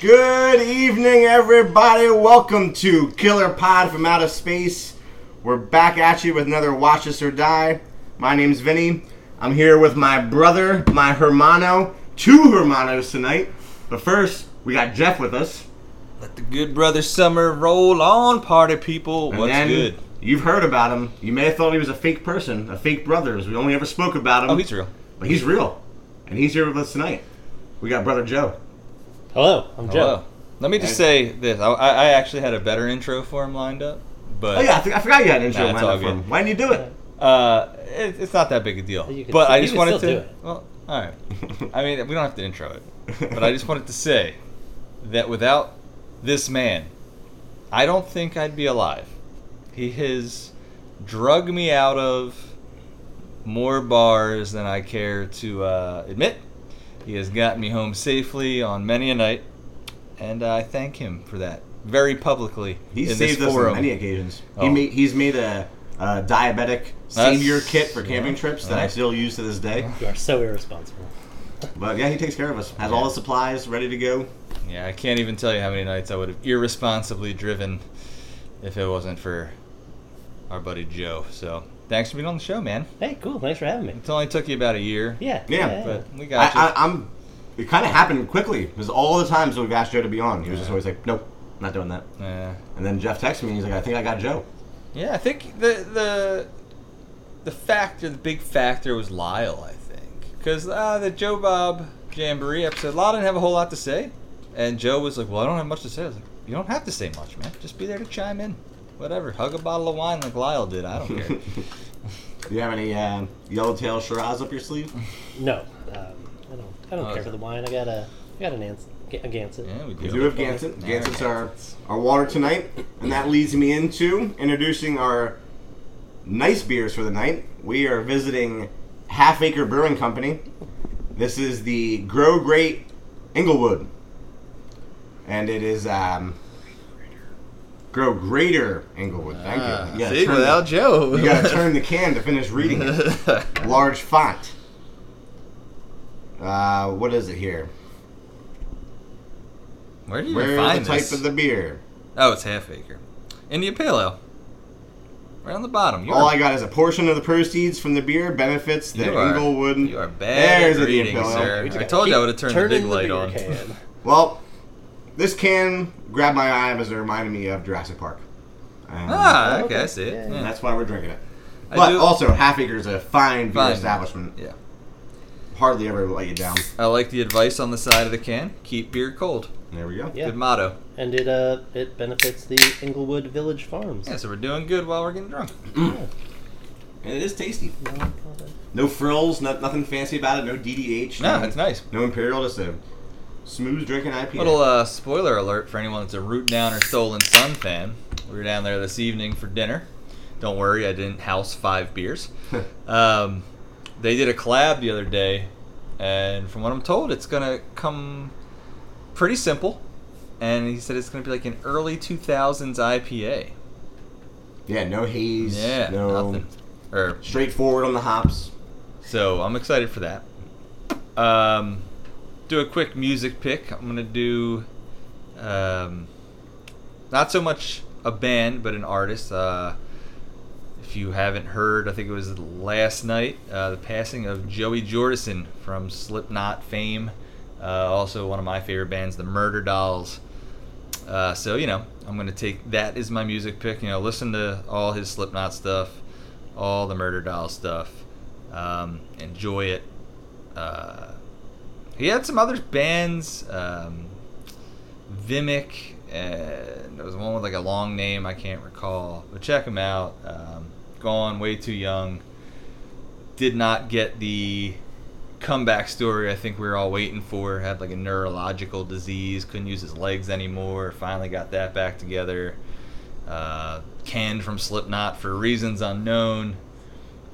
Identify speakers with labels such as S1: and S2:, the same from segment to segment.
S1: Good evening, everybody. Welcome to Killer Pod from Outer Space. We're back at you with another Watch Us or Die. My name's Vinny. I'm here with my brother, my hermano, two hermanos tonight. But first, we got Jeff with us.
S2: Let the good brother summer roll on, party people.
S1: And
S2: What's
S1: then
S2: good?
S1: You've heard about him. You may have thought he was a fake person, a fake brother, as we only ever spoke about him.
S2: Oh, he's real.
S1: But he's real. And he's here with us tonight. We got brother Joe.
S3: Hello, I'm Joe.
S2: Hello. Oh, Let me just say this. I, I I actually had a better intro for him lined up, but
S1: Oh, yeah, I, think I forgot you had an intro
S2: Nah, it's
S1: lined
S2: all
S1: up for
S2: good.
S1: him. Why didn't you do it?
S2: uh, it, it's not that big a deal.
S3: You can
S2: But
S3: still-
S2: I
S3: you
S2: just
S3: can
S2: wanted
S3: still
S2: to.
S3: do it.
S2: Well, all right. I mean, we don't have to intro it, but I just wanted to say that without this man, I don't think I'd be alive. He has drug me out of more bars than I care to uh, admit. He has gotten me home safely on many a night, and I thank him for that very publicly
S1: He
S2: in
S1: saved
S2: this
S1: us
S2: forum.
S1: on many occasions.
S2: Oh.
S1: He made, he's made a, a diabetic
S2: That's-
S1: senior kit for camping
S2: yeah, Uh-huh.
S1: trips that
S2: yeah.
S1: I still use to this day.
S3: You are so irresponsible.
S1: But yeah, he takes care of us. Has all the supplies ready to go.
S2: Yeah, I can't even tell you how many nights I would have irresponsibly driven if it wasn't for our buddy Joe. So thanks for being on the show, man.
S3: Hey, cool. Thanks for having me.
S2: It only took you about a year.
S3: Yeah.
S1: Yeah,
S2: But
S1: I,
S2: we got you.
S1: I, I'm. It kind of happened quickly because all the times that we've asked Joe to be on, he was just always like, "Nope, not doing that."
S2: yeah.
S1: And then Jeff texted me and he's like, "I think I got Joe."
S2: Yeah, I think the the the factor, the big factor, was Lyle. I think because uh, the Joe Bob Jamboree episode, Lyle didn't have a whole lot to say, and Joe was like, "Well, I don't have much to say." I was like, "You don't have to say much, man. Just be there to chime in, whatever. Hug a bottle of wine like Lyle did. I don't care."
S1: Do you have any uh, yellowtail Shiraz up your sleeve?
S3: No, um, I don't. I don't
S2: Oh,
S3: care
S2: is
S3: for
S2: it-
S3: the wine. I got a. I got an ans- ga- a Gansett.
S2: yeah, we do. Uh,
S1: We do have Gansett.
S2: Yeah,
S1: Gansett's
S2: okay.
S1: our, our water tonight. And that leads me into introducing our nice beers for the night. We are visiting Half Acre Brewing Company. This is the Grow Great Inglewood. And it is um, Grow Greater Inglewood. Thank you.
S2: Ah,
S1: you. gotta
S2: see,
S1: turn the-
S2: without Joe.
S1: you gotta turn the can to finish reading it large font. Uh, what is it here?
S2: Where do you
S1: Where
S2: even
S1: the
S2: find
S1: type
S2: this?
S1: of the beer?
S2: oh, it's half acre. India Pale Ale. Right on the bottom. You
S1: All
S2: are-
S1: Oh, I got is a portion of the proceeds from the beer benefits the
S2: You are-
S1: Inglewood.
S2: You are bad
S1: There's
S2: at
S1: the
S2: reading,
S1: Imperial.
S2: sir.
S3: We just
S2: I
S3: gotta
S2: told you I
S3: keep
S2: would have turned the
S3: turning
S2: big light
S3: beer
S2: on.
S3: can.
S1: Well, this can grabbed my eye because it reminded me of Jurassic Park. Um,
S2: ah,
S3: Oh,
S2: okay, I
S3: okay.
S2: see it.
S3: Yeah,
S2: Yeah.
S3: yeah.
S1: and that's why we're drinking it.
S2: I
S1: But
S2: do-
S1: also, Half Acre is a fine beer
S2: Fine.
S1: establishment.
S2: yeah.
S1: Hardly ever let you down.
S2: I like the advice on the side of the can. Keep beer cold.
S1: There we go.
S3: Yeah.
S2: Good motto.
S3: and it uh it benefits the Inglewood Village Farms.
S2: Yeah, so we're doing good while we're getting drunk.
S1: And it is tasty.
S3: No one called it.
S1: No frills, no, nothing fancy about it. No DDH.
S2: No,
S1: no,
S2: it's nice.
S1: no Imperial. Just a smooth drinking IPA.
S2: Little uh, spoiler alert for anyone that's a Root Down or Stolen Sun fan. We were down there this evening for dinner. Don't worry, I didn't house five beers. Um, they did a collab the other day, and from what I'm told, it's gonna come pretty simple. And he said it's gonna be like an early 2000s IPA.
S1: yeah, no haze.
S2: Yeah,
S1: no
S2: nothing. Or
S1: straightforward on the hops.
S2: so I'm excited for that. Um, do a quick music pick. I'm gonna do um, not so much a band, but an artist. Uh, if you haven't heard, I think it was last night, uh, the passing of Joey Jordison from Slipknot fame. Uh, also, one of my favorite bands, the Murder Dolls. Uh, so you know, I'm gonna take that as my music pick. You know, listen to all his Slipknot stuff, all the Murder Doll stuff. Um, enjoy it. Uh, he had some other bands, um, Vimic, and there was one with like a long name I can't recall. But check him out. Um, gone way too young. Did not get the comeback story I think we were all waiting for. Had like a neurological disease, couldn't use his legs anymore. Finally got that back together. Uh, canned from Slipknot for reasons unknown.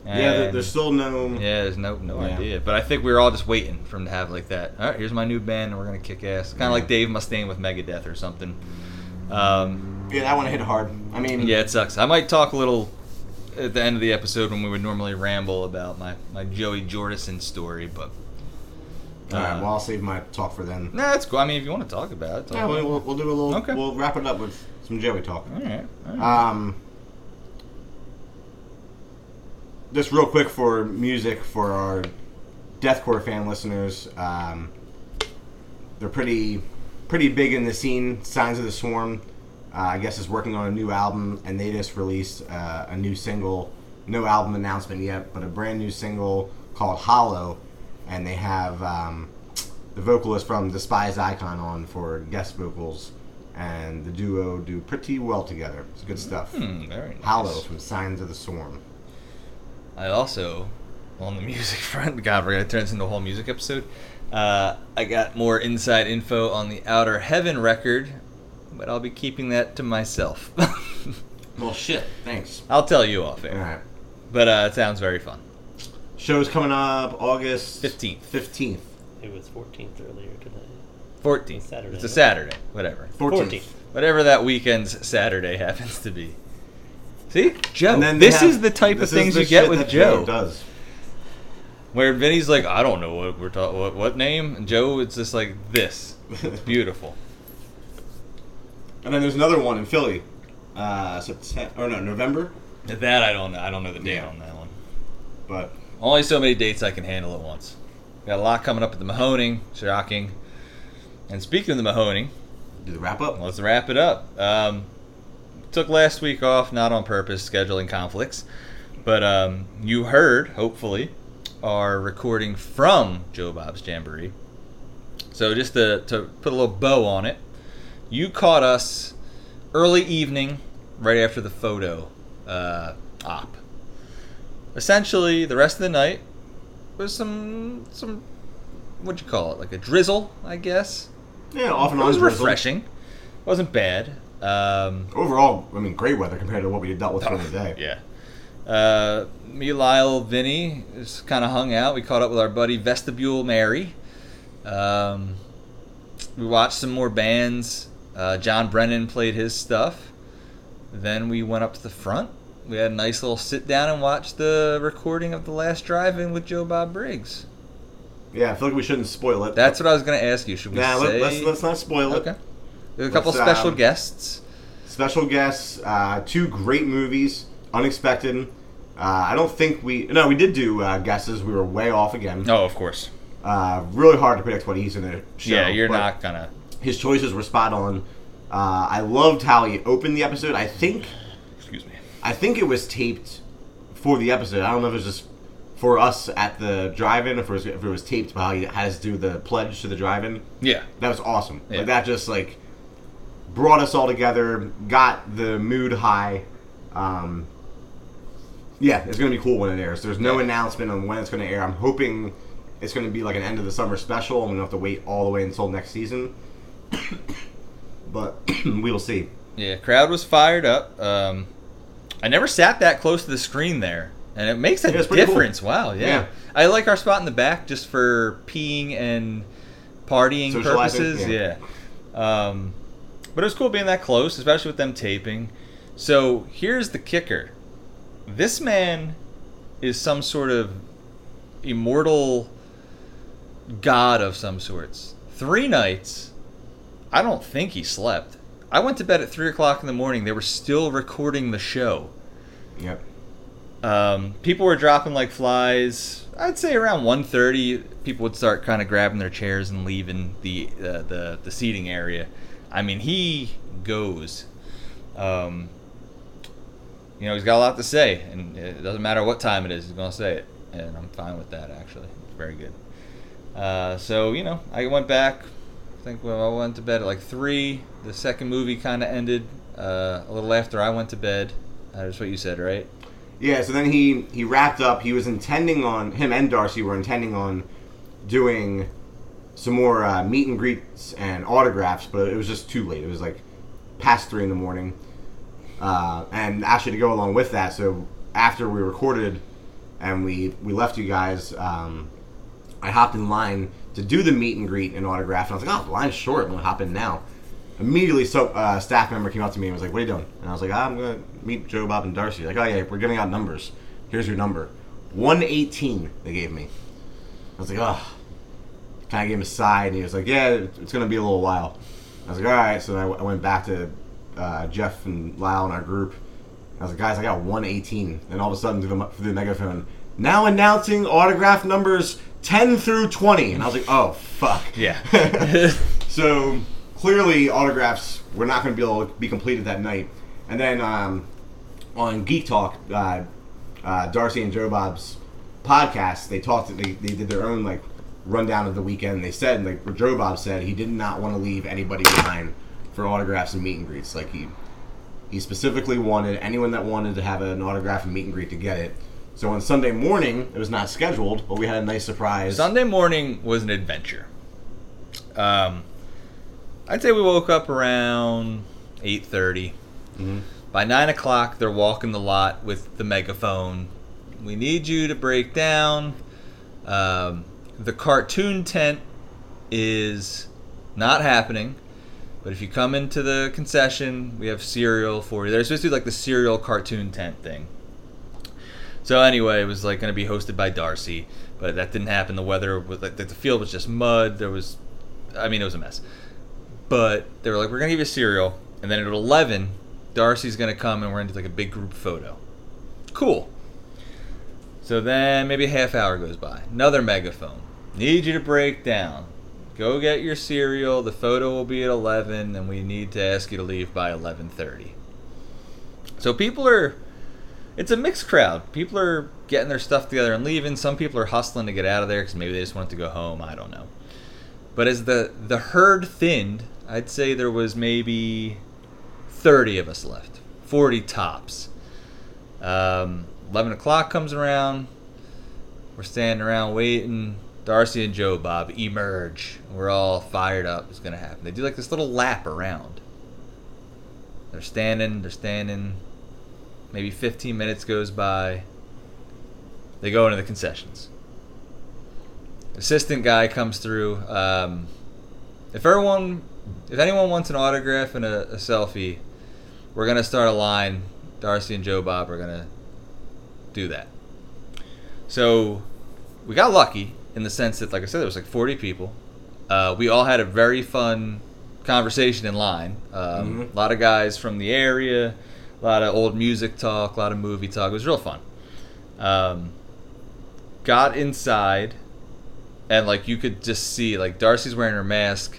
S1: yeah, there,
S2: And-
S1: there's still no.
S2: yeah, there's no no
S1: Yeah.
S2: idea. But I think we were all just waiting for him to have like that. All right, here's my new band, and we're gonna kick ass. Kind of like Dave Mustaine with Megadeth or something. Um,
S1: Yeah, that one hit hard. I mean,
S2: yeah, it sucks. I might talk a little at the end of the episode when we would normally ramble about my my Joey Jordison story, but
S1: All right.
S2: Uh,
S1: Well, I'll save my talk for then.
S2: Nah, that's cool. I mean, if you want to talk about it, talk
S1: Yeah,
S2: about
S1: we-
S2: it.
S1: we'll, we'll do a little.
S2: Okay.
S1: We'll wrap it up with some Joey talk.
S2: All right. All right.
S1: Um, just real quick for music for our deathcore fan listeners, um, they're pretty pretty big in the scene. Signs of the Swarm, uh, I guess, is working on a new album, and they just released uh, a new single. No album announcement yet, but a brand new single called "Hollow," and they have um, the vocalist from Despised Icon on for guest vocals, and the duo do pretty well together. It's good stuff.
S2: Hmm, very nice.
S1: Hollow from Signs of the Swarm.
S2: I also, on the music front, God, we're gonna turn this into a whole music episode. Uh, I got more inside info on the Outer Heaven record, but I'll be keeping that to myself.
S1: Well, shit. Thanks.
S2: I'll tell you off
S1: All
S2: air.
S1: right.
S2: But uh, it sounds very fun.
S1: Show's coming up August
S2: 15th.
S1: 15th.
S3: It was 14th earlier today.
S2: 14th.
S3: It's Saturday.
S2: It's a Saturday. Whatever.
S1: 14th.
S2: Whatever that weekend's Saturday happens to be. See, Joe.
S1: And then they
S2: Oh, this
S1: have-
S2: is the type of
S1: this is
S2: things
S1: the
S2: you get
S1: shit
S2: with
S1: that
S2: Joe.
S1: does.
S2: Where Vinny's like, I don't know what we're talking. What, what name? And Joe, it's just like this. It's beautiful.
S1: And then there's another one in Philly. Uh, September, or no, November.
S2: That I don't know. I don't know the date
S1: Yeah.
S2: on that one.
S1: But
S2: Only so many dates I can handle at once. Got a lot coming up at the Mahoning. Shocking. And speaking of the Mahoning,
S1: do the wrap up.
S2: let's wrap it up. Um, took last week off, not on purpose, scheduling conflicts. But um, you heard, hopefully, our recording from Joe Bob's Jamboree. So just to, to put a little bow on it, you caught us early evening, right after the photo uh, op. Essentially, the rest of the night was some some what you call it, like a drizzle, I guess.
S1: Yeah, off and
S2: It
S1: on.
S2: was
S1: drizzle.
S2: refreshing. It wasn't bad. Um,
S1: Overall, I mean, great weather compared to what we had dealt with during the day.
S2: Ah, yeah. Uh, me, Lyle, Vinny just kind of hung out. We caught up with our buddy Vestibule Mary. Um, we watched some more bands. Uh, John Brennan played his stuff. Then we went up to the front. We had a nice little sit down and watched the recording of the last drive-in with Joe Bob Briggs.
S1: Yeah, I feel like we shouldn't spoil it.
S2: That's what I was going to ask you. Should we
S1: nah. Let,
S2: say?
S1: let's let's not spoil it.
S2: okay. There's a couple
S1: Let's,
S2: special
S1: um,
S2: guests.
S1: Special guests, uh, two great movies, unexpected. Uh, I don't think we no we did do uh, guesses. We were way off again.
S2: Oh, of course.
S1: Uh, really hard to predict what he's in a show.
S2: yeah, you're
S1: but-
S2: not gonna.
S1: his choices were spot on. Uh, I loved how he opened the episode. I think
S2: Excuse me.
S1: I think it was taped for the episode. I don't know if it was just for us at the drive-in, if it was, if it was taped. But how he had us do the pledge to the drive-in.
S2: Yeah.
S1: That was awesome.
S2: Yeah.
S1: Like that just like brought us all together, got the mood high. Um, yeah, it's gonna be cool when it airs. There's no
S2: Yeah.
S1: announcement on when it's gonna air. I'm hoping it's gonna be like an end of the summer special. I'm gonna have to wait all the way until next season, but we will see.
S2: Yeah, crowd was fired up. Um, I never sat that close to the screen there, and it makes a
S1: Yeah, it's pretty cool.
S2: difference. Wow, yeah.
S1: Yeah.
S2: I like our spot in the back just for peeing and partying
S1: Socializing,
S2: purposes.
S1: yeah.
S2: Yeah. Um, but it was cool being that close, especially with them taping. So here's the kicker: this man is some sort of immortal god of some sorts. Three nights, I don't think he slept. I went to bed at three o'clock in the morning. They were still recording the show.
S1: Yep.
S2: Um, people were dropping like flies. I'd say around 1.30, people would start kind of grabbing their chairs and leaving the uh, the the seating area. I mean, he goes. Um, you know, he's got a lot to say, and it doesn't matter what time it is, he's gonna say it, and I'm fine with that. Actually, it's very good. Uh, so you know, I went back. I think when I went to bed at like three, the second movie kind of ended uh, a little after I went to bed. Uh, That's what you said, right?
S1: Yeah, so then he he wrapped up. He was intending on him and Darcy were intending on doing some more uh, meet and greets and autographs, but it was just too late. It was like past three in the morning, uh, and actually to go along with that, so after we recorded and we we left you guys, um, I hopped in line to do the meet and greet and autograph, and I was like, oh, the line's short. I'm gonna hop in now. Immediately, so uh, staff member came up to me and was like, "What are you doing?" And I was like, "Ah, "I'm gonna meet Joe, Bob, and Darcy." Like, "Oh yeah, we're giving out numbers. Here's your number, 118." They gave me. I was like, "Oh, kind of gave him a side, and he was like, "Yeah, it's gonna be a little while." I was like, "All right." So then I, w- I went back to uh, Jeff and Lyle in our group. I was like, "Guys, I got 118," and all of a sudden through the, m- through the megaphone, now announcing autograph numbers 10 through 20, and I was like, "Oh fuck."
S2: Yeah.
S1: so clearly, autographs were not going to be able to be completed that night. And then um, on Geek Talk, uh, uh, Darcy and Joe Bob's podcast, they talked. They, they did their own like rundown of the weekend. They said like what Joe Bob said he did not want to leave anybody behind for autographs and meet and greets. Like he he specifically wanted anyone that wanted to have an autograph and meet and greet to get it. So on Sunday morning, it was not scheduled, but we had a nice surprise.
S2: Sunday morning was an adventure. Um, I'd say we woke up around eight
S1: Mhm.
S2: By nine o'clock, they're walking the lot with the megaphone. We need you to break down. Um, the cartoon tent is not happening. But if you come into the concession, we have cereal for you. There's supposed to be like the cereal cartoon tent thing. So anyway, it was like going to be hosted by Darcy, but that didn't happen. The weather was like the field was just mud. There was, I mean, it was a mess. But they were like, we're going to give you cereal, and then at eleven, Darcy's going to come and we're going to do like a big group photo. Cool. So then maybe a half hour goes by. Another megaphone. Need you to break down. Go get your cereal. The photo will be at eleven, and we need to ask you to leave by eleven thirty. So people are it's a mixed crowd. People are getting their stuff together and leaving. Some people are hustling to get out of there because maybe they just wanted to go home. I don't know. But as the the herd thinned, I'd say there was maybe thirty of us left, forty tops. Um, Eleven o'clock comes around. We're standing around waiting. Darcy and Joe Bob emerge. We're all fired up. It's gonna happen. They do like this little lap around. They're standing. They're standing. Maybe 15 minutes goes by. They go into the concessions. Assistant guy comes through. Um, if everyone, if anyone wants an autograph and a, a selfie, we're gonna start a line. Darcy and Joe Bob are gonna do that. So we got lucky in the sense that, like I said, there was like 40 people. Uh, we all had a very fun conversation in line. Um,
S1: Mhm.
S2: A lot of guys from the area, a lot of old music talk, a lot of movie talk. It was real fun. Um, got inside, and like you could just see, like Darcy's wearing her mask,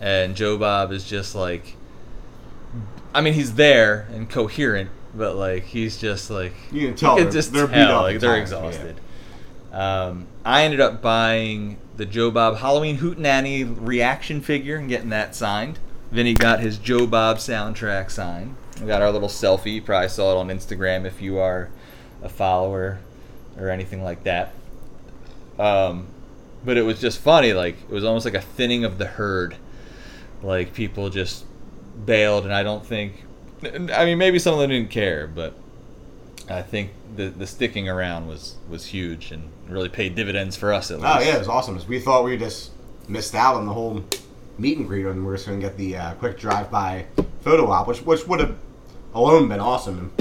S2: and Joe Bob is just like, I mean, he's there and coherent, but like he's just like
S1: You can tell
S2: you
S1: they're-
S2: can just
S1: they're beat
S2: tell,
S1: up
S2: like
S1: and
S2: they're
S1: tired,
S2: exhausted. Um, I ended up buying the Joe Bob Halloween Hootenanny reaction figure and getting that signed. Vinny got his Joe Bob soundtrack signed. We got our little selfie. You probably saw it on Instagram if you are a follower or anything like that. Um, but it was just funny. Like it was almost like a thinning of the herd. Like people just bailed, and I don't think. I mean, maybe some of them didn't care, but I think the the sticking around was was huge and really paid dividends for us at least.
S1: Oh yeah, it was awesome. We thought we just missed out on the whole meet and greet, and we are just going to get the uh, quick drive-by photo op, which which would have alone been awesome.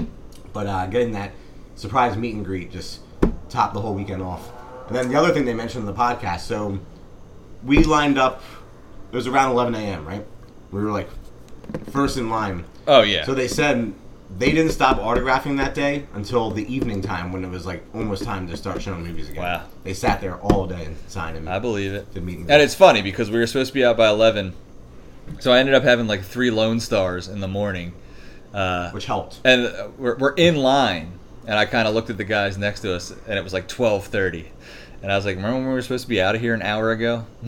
S1: But uh, getting that surprise meet and greet just topped the whole weekend off. And then the other thing they mentioned in the podcast, so we lined up. It was around 11 a.m. Right? We were like first in line.
S2: Oh yeah.
S1: So they said they didn't stop autographing that day until the evening time when it was like almost time to start showing movies again.
S2: Wow.
S1: They sat there all day and signed them.
S2: I believe it.
S1: The meeting.
S2: And it's funny because we were supposed to be out by eleven, so I ended up having like three Lone Stars in the morning, uh,
S1: which helped.
S2: and uh, we're, we're in line. And I kind of looked at the guys next to us, and it was like twelve thirty, and I was like, "Remember when we were supposed to be out of here an hour ago?"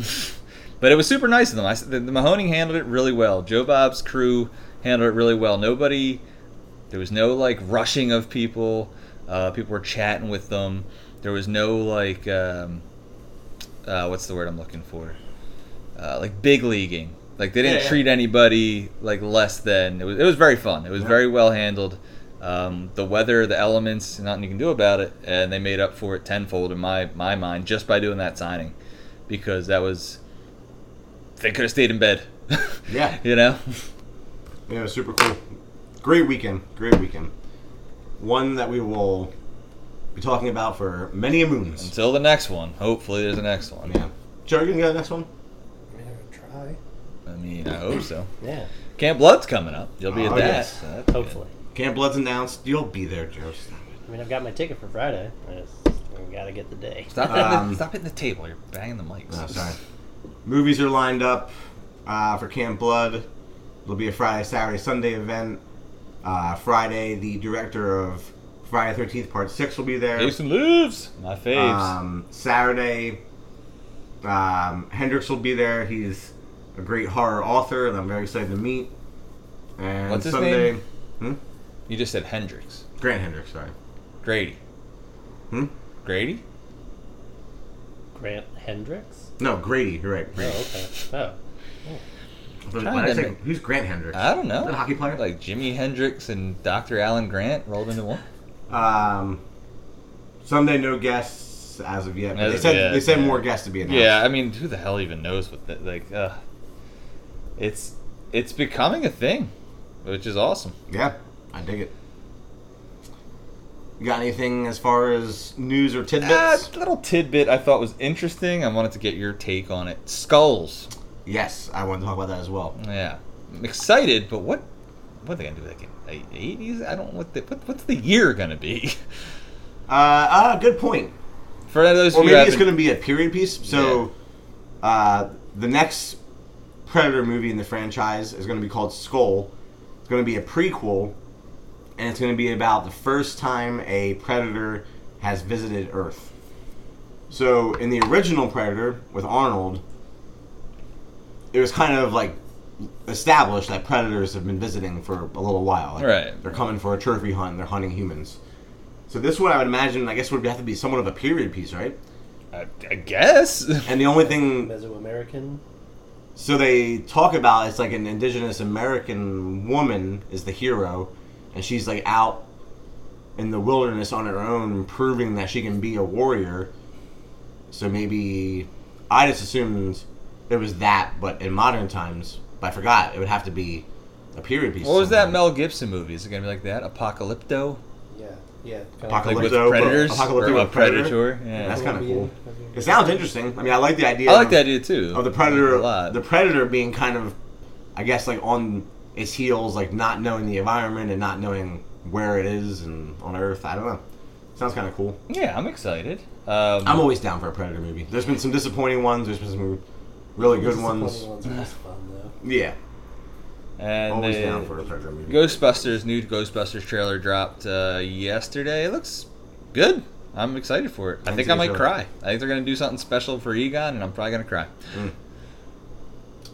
S2: but it was super nice of them. I, s- the, the Mahoning handled it really well. Joe Bob's crew handled it really well. Nobody There was no like rushing of people. Uh, people were chatting with them. There was no like um, uh, what's the word I'm looking for? Uh, like big leaguing. Like they didn't
S1: Yeah, yeah.
S2: treat anybody like less than. It was. It was very fun. It was
S1: Yeah.
S2: very well handled. Um, the weather, the elements, nothing you can do about it, and they made up for it tenfold in my my mind just by doing that signing, because that was. They could have stayed in bed.
S1: Yeah.
S2: you know.
S1: Yeah, it was super cool. Great weekend. Great weekend. One that we will be talking about for many a moons.
S2: Until the next one. Hopefully, there's a next one.
S1: Yeah. Joe, you gonna go next one?
S3: I mean, I'll try.
S2: I mean, I hope so.
S3: Yeah,
S2: Camp Blood's coming up. You'll be at
S1: Oh,
S2: that.
S1: yes.
S2: so that's good.
S3: hopefully.
S1: Camp Blood's announced. You'll be there, Joe. Stop it.
S3: I mean, I've got my ticket for Friday. I just I gotta get the day.
S2: Stop hitting,
S1: Um,
S2: the, stop hitting the table. You're banging the mics.
S1: No, Oh, sorry. Movies are lined up uh, for Camp Blood. It'll be a Friday, Saturday, Sunday event. Uh, Friday, the director of Friday Thirteenth Part Six will be there.
S2: Jason lives. My faves.
S1: Um, Saturday, um, Hendrix will be there. He's a great horror author that I'm very excited to meet. And
S2: What's his
S1: Sunday,
S2: name?
S1: Hmm?
S2: you just said Hendrix.
S1: Grant Hendrix, sorry.
S2: Grady.
S1: Hmm?
S2: Grady?
S3: Grant Hendricks.
S1: No, Grady. You're right.
S3: Oh,
S1: Grady.
S3: okay. Oh,
S1: When
S2: trying
S1: I
S2: to
S1: say-
S2: make-
S1: who's Grant Hendrix?
S2: I don't know.
S1: The hockey player?
S2: Like Jimi Hendrix and Dr. Alan Grant rolled into one.
S1: Um, Sunday, no guests as of yet. But
S2: As
S1: they
S2: of
S1: said
S2: yet,
S1: they said
S2: yeah.
S1: more guests to be announced.
S2: Yeah, I mean, who the hell even knows what that like? Uh, it's it's becoming a thing, which is awesome.
S1: yeah, I dig it. You got anything as far as news or tidbits?
S2: Uh, little tidbit I thought was interesting. I wanted to get your take on it. Skulls.
S1: yes, I want to talk about that as well.
S2: Yeah, I'm excited, but what what are they gonna do with that game? Eighties? I don't know what the what, what's the year gonna be
S1: Uh, uh good point.
S2: for those
S1: Or
S2: who
S1: maybe it's
S2: haven't-
S1: going to be a period piece. So, uh, the next Predator movie in the franchise is going to be called Skull. It's going to be a prequel, and it's going to be about the first time a Predator has visited Earth. So, in the original Predator with Arnold, it was kind of like established that predators have been visiting for a little while. Like,
S2: Right.
S1: They're coming for a trophy hunt. They're hunting humans. So this one, I would imagine, I guess would have to be somewhat of a period piece, right?
S2: I, I guess.
S1: And the only
S3: okay.
S1: thing
S3: Mesoamerican.
S1: so they talk about it's like an indigenous American woman is the hero, and she's like out in the wilderness on her own, proving that she can be a warrior. So maybe I just assumed it was that, but in modern times, but I forgot it would have to be a period piece.
S2: what was that
S1: sometime.
S2: Mel Gibson movie? Is it gonna be like that? Apocalypto?
S3: Yeah, yeah.
S2: Like with
S1: Apocalypto, but-
S2: predators?
S1: Apocalypto
S2: or
S1: with
S2: a predator? Yeah.
S1: That's kind of cool.
S3: Colombian.
S1: It sounds interesting. I mean, I like the idea.
S2: I like
S1: of-
S2: that idea too.
S1: of the predator
S2: a lot.
S1: the predator being kind of i guess like on its heels like not knowing the environment and not knowing where it is and on earth i don't know sounds kind of cool
S2: yeah, I'm excited. Um,
S1: i'm always down for a predator movie there's been some disappointing ones there's been some really good ones
S2: Mm.
S1: yeah
S2: and
S1: always
S2: uh,
S1: down for a predator movie
S2: Ghostbusters new Ghostbusters trailer dropped uh, yesterday. It looks good. I'm excited for it. I
S1: Me
S2: think
S1: too,
S2: I might
S1: sure.
S2: cry. I think they're gonna do something special for Egon, and I'm probably gonna cry.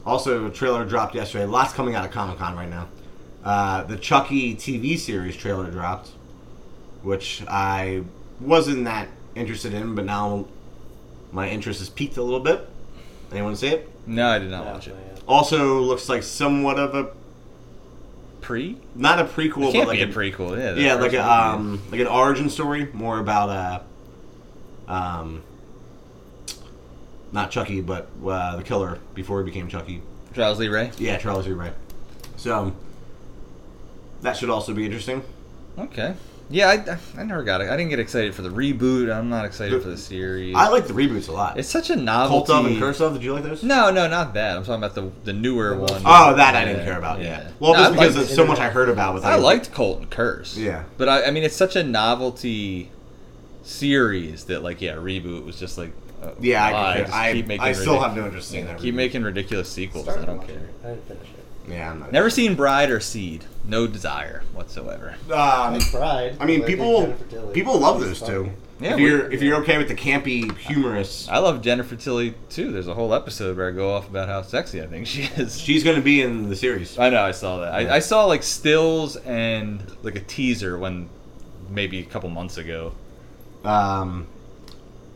S1: also a trailer dropped yesterday lots coming out of comic-con right now uh, the chucky tv series trailer dropped which i wasn't that interested in but now my interest is piqued a little bit anyone see it
S2: No, I did not watch it.
S3: uh,
S1: also looks like somewhat of a
S2: Pre?
S1: not a prequel,
S2: It can't
S1: but like
S2: be a prequel. Yeah, the
S1: yeah, like
S2: first
S1: a
S2: one.
S1: um, like an origin story, more about uh, um, not Chucky, but uh, the killer before he became Chucky.
S2: Charles Lee Ray.
S1: Yeah, Charles Lee Ray. So um, that should also be interesting.
S2: Okay. Yeah, I, I never got it. I didn't get excited for the reboot. I'm not excited
S1: The-
S2: for the series.
S1: I like the reboots a lot.
S2: it's such a novelty.
S1: Cult of and Curse of. Did you like those?
S2: No, no, not that. I'm talking about the the newer
S3: The
S2: one.
S3: most-
S1: Oh, that I didn't
S2: Yeah,
S1: care about. Yeah.
S2: yeah.
S1: Well,
S2: No,
S1: just
S2: I
S1: because
S2: liked-
S1: there's so much I heard about with.
S2: I
S1: that.
S2: liked Colt and Curse.
S1: Yeah.
S2: But I, I mean, it's such a novelty series that, like, yeah, reboot was just like. uh,
S1: Yeah, I,
S2: why?
S1: I,
S2: Just
S1: I,
S2: keep making
S1: I still
S2: ridic-
S1: have no interest in
S2: yeah,
S1: that.
S2: Keep
S1: reboot.
S2: making ridiculous sequels. I don't care.
S3: I didn't finish it.
S1: Yeah, I'm not.
S2: Never seen Bride or Seed. No desire whatsoever.
S1: Um,
S3: I tried.
S1: I mean,
S3: but did
S1: people
S3: Jennifer Tilly.
S1: people love those
S3: She's funny.
S1: two.
S2: Yeah,
S1: if
S2: we-
S1: you're if you're okay with the campy, humorous,
S2: I love Jennifer Tilly too. There's a whole episode where I go off about how sexy I think she is.
S1: she's gonna be in the series.
S2: I know, I saw that.
S1: Yeah.
S2: I, I saw like stills and like a teaser when maybe a couple months ago.
S1: Um,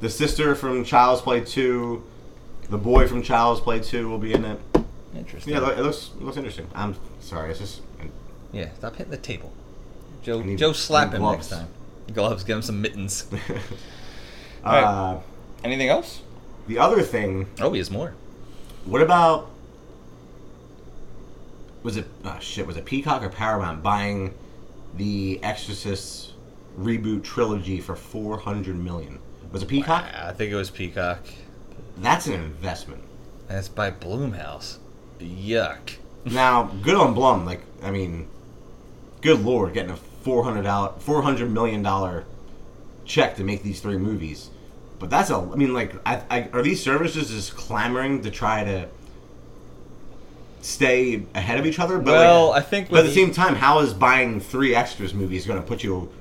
S1: the sister from Child's Play two, the boy from Child's Play two will be in it.
S2: Interesting.
S1: Yeah, it loo- it looks it looks interesting. I'm sorry, it's just
S2: Yeah, stop hitting the table. Joe,
S1: I need- I
S2: Joe,
S1: need
S2: slap him
S1: gloves.
S2: next time. Gloves, give him some mittens.
S1: uh,
S2: Alright. Anything else?
S1: the other thing.
S2: Oh, he has more.
S1: What about was it? Oh shit, was it Peacock or Paramount buying the Exorcist reboot trilogy for four hundred million? Was it Peacock?
S2: Uh, I think it was Peacock.
S1: That's an investment.
S2: And it's by Bloomhouse. Yuck.
S1: Now, good on Blum. Like, I mean, good lord, getting a four hundred dollar, four hundred million dollar check to make these three movies. But that's a. I mean, like, I, I, are these services just clamoring to try to stay ahead of each other? But
S2: Well,
S1: like,
S2: I think
S1: But at
S2: with
S1: the same time, how is buying three extras movies going to put you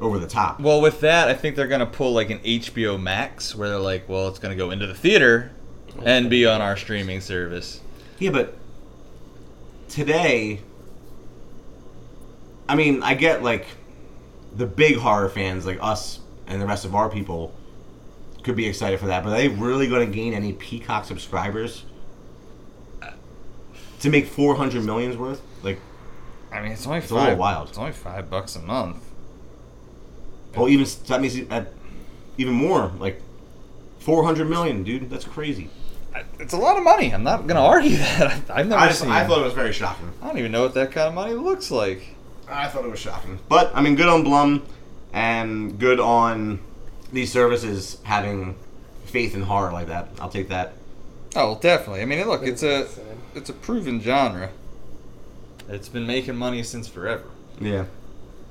S1: over the top?
S2: Well, with that, I think they're gonna pull like an HBO Max, where they're like, well, it's gonna go into the theater and be on our streaming service.
S1: Yeah, but today, I mean, I get like the big horror fans like us and the rest of our people could be excited for that, but are they really going to gain any Peacock subscribers Uh, to make four hundred millions worth? Like,
S2: I mean, it's only
S1: It's a
S2: five.
S1: little wild.
S2: It's only five bucks a month.
S1: oh, even so that means uh, even more, like four hundred million, dude. That's crazy.
S2: I- It's a lot of money. I'm not gonna argue that. I've never
S1: I just,
S2: seen.
S1: I thought it was very shocking.
S2: I don't even know what that kind of money looks like.
S1: I thought it was shocking. But I mean, good on Blum, and good on these services having faith in horror like that. I'll take that.
S2: Oh, well, definitely. I mean, look, it's a
S3: It's insane.
S2: it's a proven genre. It's been making money since forever.
S1: Yeah,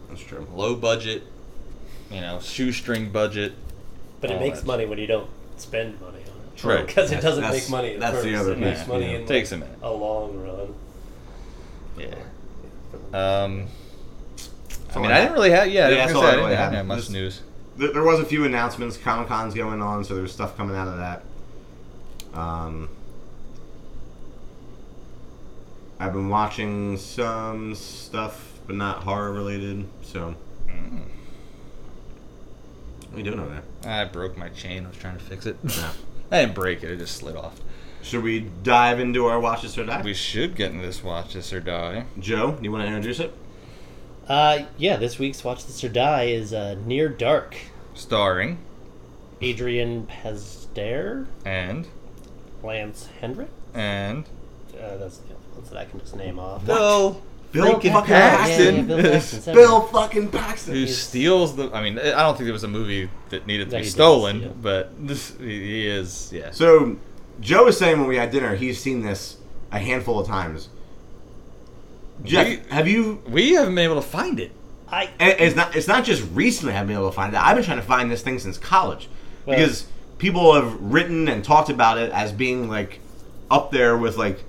S1: that's true.
S2: Low budget, you know, shoestring budget.
S3: But
S2: Oh,
S3: it
S2: that's-
S3: makes money when you don't spend money on it.
S2: True. Right.
S3: Because it
S1: That's-
S3: doesn't
S1: that's-
S3: make money. At
S1: that's the
S3: first.
S1: other
S3: It makes
S1: piece, yeah.
S3: money in like, oh.
S2: Takes a minute.
S3: a long run.
S2: Yeah.
S3: For the-
S2: Um, I
S1: all
S2: mean,
S1: I
S2: I
S1: got.
S2: didn't really have. Yeah,
S1: Yeah,
S2: I,
S1: that's
S2: didn't
S1: all
S2: say
S1: I
S2: I didn't
S1: really
S2: have
S1: had.
S2: that much
S1: Just-
S2: news.
S1: There, there was a few announcements. Comic Con's going on, so there's stuff coming out of that. Um, I've been watching some stuff, but not horror related. So,
S2: Mm.
S1: what are you doing over there?
S2: I broke my chain. I was trying to fix it.
S1: Yeah.
S2: I didn't break it. It just slid off.
S1: Should we dive into our watch this or die?
S2: We should get into this watch this or die.
S1: Joe, you want to introduce it?
S3: Uh, yeah, this week's Watch This or Die is uh, Near Dark.
S2: Starring
S3: Adrian Pazder,
S2: and
S3: Lance Hendrick.
S2: and
S3: Uh, that's the only ones that I can just name off.
S2: Bill
S1: Bill
S2: freaking
S1: fucking
S2: Paxton,
S1: Paxton.
S3: Yeah, Bill Paxton, so-
S1: Bill fucking Paxton.
S2: who steals the. I mean, I don't think there was a movie that needed to
S3: That
S2: be
S3: he didn't
S2: stolen,
S3: steal.
S2: but this he he is. Yeah.
S1: So Joe was saying when we had dinner, he's seen this a handful of times. Jeff,
S2: We-
S1: have you?
S2: we haven't been able to find it.
S3: I
S1: and It's not. It's not just recently I've been able to find it. I've been trying to find this thing since college
S3: Well-
S1: because people have written and talked about it as being like up there with like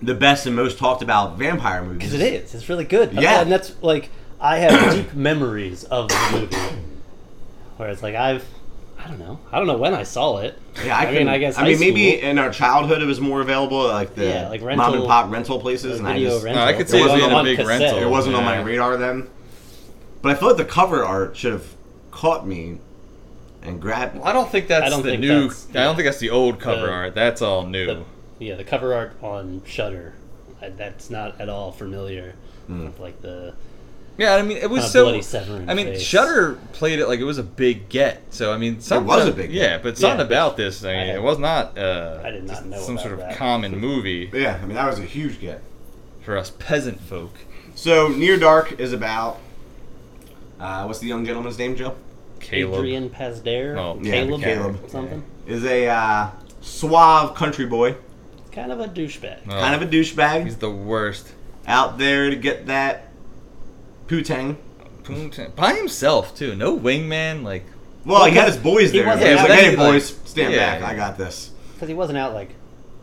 S1: the best and most talked about vampire movies.
S3: because it is. It's really good.
S1: Yeah.
S3: and that's like I have deep memories of the movie, whereas like I've I don't know I don't know when I saw it.
S1: Yeah, I,
S3: I
S1: can,
S3: mean I guess
S1: I
S3: high
S1: mean, maybe
S3: school.
S1: in our childhood it was more available, like the
S3: Yeah, like
S1: mom and
S3: rental-
S1: pop rental places, and I
S3: video
S1: just
S3: rental.
S2: I could see it
S3: wasn't
S2: being a
S3: on
S2: big
S3: cassette.
S2: rental.
S1: It wasn't on my
S2: Yeah.
S1: radar then. But I feel like the cover art should have caught me and grabbed.
S2: I don't think that's
S3: I don't
S2: the
S3: think
S2: new.
S3: that's-
S2: I don't think that's the old cover
S3: The-
S2: art. That's all new.
S3: The, yeah, the cover art on Shutter. That's not at all familiar.
S1: Hmm.
S3: with, Like the
S2: Yeah, I mean, it was
S3: Kinda
S2: so.
S3: bloody severing
S2: I mean,
S3: face.
S2: Shutter played it like it was a big get. So I mean, something
S1: was a big get.
S2: yeah, but something
S3: Yeah.
S2: about this. I mean,
S3: had-
S2: it was not. Uh,
S3: I did not
S2: just
S3: know
S2: some
S3: about
S2: sort of
S3: that.
S2: common movie
S1: Yeah, I mean that was a huge get.
S2: for us peasant folk.
S1: So Near Dark is about. Uh, what's the young gentleman's name, Joe?
S2: Caleb.
S3: Adrian Pazder,
S2: Oh, yeah,
S3: Caleb,
S1: Caleb.
S3: something.
S1: Is a uh, suave country boy,
S3: Kind of a douchebag.
S2: Oh,
S1: kind of a douchebag,
S2: He's the worst.
S1: out there to get that putang.
S2: Poontang- By himself too. No wingman. Like
S1: Well, he had
S3: because
S1: his boys
S3: he
S1: there. but
S3: wasn't
S1: He was
S2: out
S1: like,
S2: there,
S1: "Hey,
S2: like-
S1: boys, stand
S2: Yeah,
S1: back.
S2: yeah.
S1: I got this."
S3: Because he wasn't out like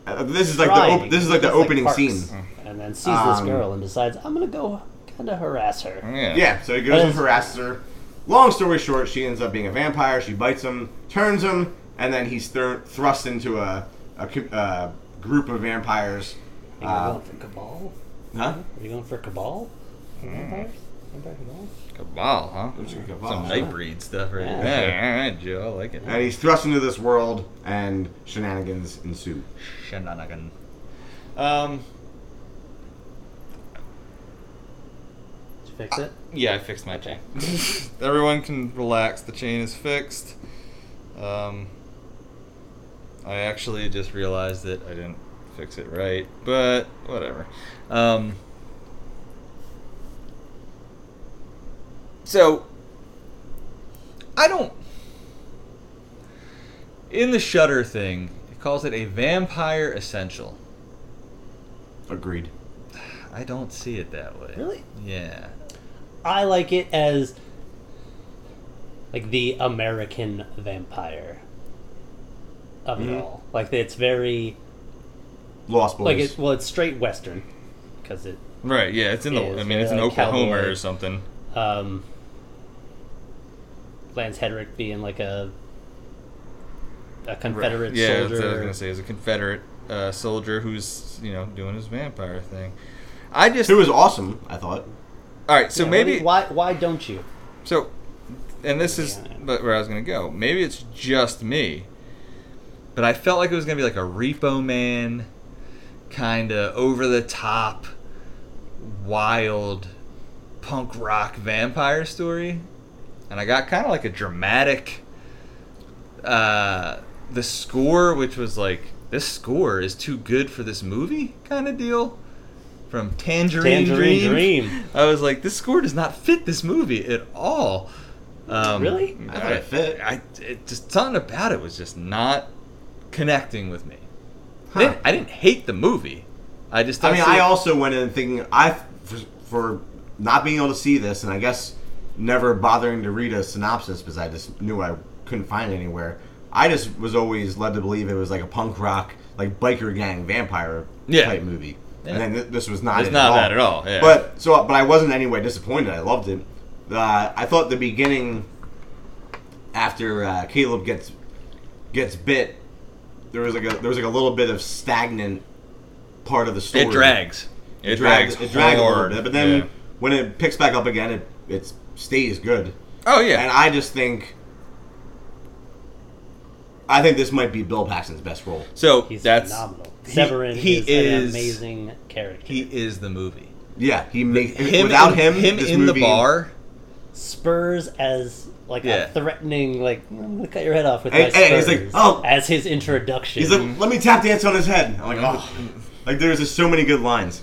S1: Uh, this is like
S3: crying.
S1: the op- this is like the
S3: Just, like,
S1: opening
S3: barks.
S1: scene.
S2: Hmm.
S3: and then sees this
S1: Um, hmm.
S3: girl and decides I'm gonna go kind of harass her.
S2: yeah.
S1: Yeah, so he goes and
S3: Yes.
S1: harasses her. Long story short, she ends up being a vampire. She bites him, turns him, and then he's thr- thrust into a, a, co- uh group of vampires.
S3: Are you going
S1: Uh,
S3: for cabal?
S1: huh?
S3: Are you going for cabal? Vampires? Vampire cabal?
S2: Cabal, huh?
S1: Looks like Cabal,
S2: Some
S1: huh?
S2: nightbreed stuff, right?
S3: Yeah.
S2: there. Yeah, all right, Joe, I like it.
S1: And he's thrust into this world, and shenanigans ensue.
S2: Shenanigan. Um,
S3: Did you fix it?
S2: Yeah, I fixed my chain. Everyone can relax. The chain is fixed. Um, I actually just realized that I didn't fix it right, but whatever. Um, so I don't. in the Shutter thing, it calls it a vampire essential.
S1: Agreed.
S2: I don't see it that way.
S3: Really?
S2: Yeah.
S3: I like it as like the American vampire of it
S1: Mhm.
S3: all. Like it's very
S1: Lost Boys.
S3: like it's well, it's straight western because it.
S2: Right. Yeah. It's in the.
S3: Is,
S2: I mean, it's
S3: uh,
S2: in Oklahoma
S3: cowboy.
S2: or something.
S3: Um, Lance Hedrick being like a a Confederate
S2: yeah, that's
S3: soldier.
S2: what I was gonna say. Is a Confederate uh, soldier who's you know doing his vampire thing. I just.
S1: Who was awesome, I thought.
S2: all right. So
S3: Yeah,
S2: maybe.
S3: why why don't you?
S2: So, and this is
S3: Yeah.
S2: but where I was gonna go. Maybe it's just me, but I felt like it was gonna be like a Repo Man, kind of over the top, wild, punk rock vampire story, and I got kind of like a dramatic. Uh, the score, which was like this score is too good for this movie, kind of deal, from Tangerine,
S3: Tangerine
S2: Dream.
S3: Dream.
S2: I was like, this score does not fit this movie at all. Um,
S3: Really?
S1: I thought it fit.
S2: I it just something about it was just not connecting with me. I,
S1: Huh.
S2: didn't, I didn't hate the movie. I just
S1: I
S2: don't
S1: mean,
S2: see-
S1: I also went in thinking I for, for not being able to see this, and I guess never bothering to read a synopsis because I just knew I couldn't find it anywhere. I just was always led to believe it was like a punk rock, like biker gang vampire
S2: Yeah.
S1: type movie,
S2: Yeah.
S1: and then th- this was not.
S2: It's
S1: it
S2: not that at all, yeah.
S1: But so, but I wasn't in any way disappointed. I loved it. Uh, I thought the beginning after uh, Caleb gets gets bit. There was like a there was like a little bit of stagnant part of the story.
S2: it drags. It, drags.
S1: Dragged- It dragged a little
S2: hard.
S1: bit, but then
S2: Yeah.
S1: when it picks back up again, it it stays good.
S2: oh yeah,
S1: And I just think, I think this might be Bill Paxton's best role.
S2: so
S3: He's
S2: that's
S3: phenomenal.
S2: he-
S3: Severin
S2: he
S3: is, an
S2: is-
S3: amazing character.
S2: he is the movie.
S1: Yeah, he makes without
S2: in,
S1: him
S2: him
S1: this
S2: in
S1: movie,
S2: the bar.
S3: Spurs as like
S2: Yeah.
S3: a threatening, like "Mm, I'm gonna cut your head off with
S1: Hey,
S3: my
S1: hey, he's
S3: spurs
S1: like, "Oh."
S3: as his introduction.
S1: He's
S2: Mm-hmm.
S1: like, "Mm." let me tap dance on his head. I'm like, oh, like there's just so many good lines.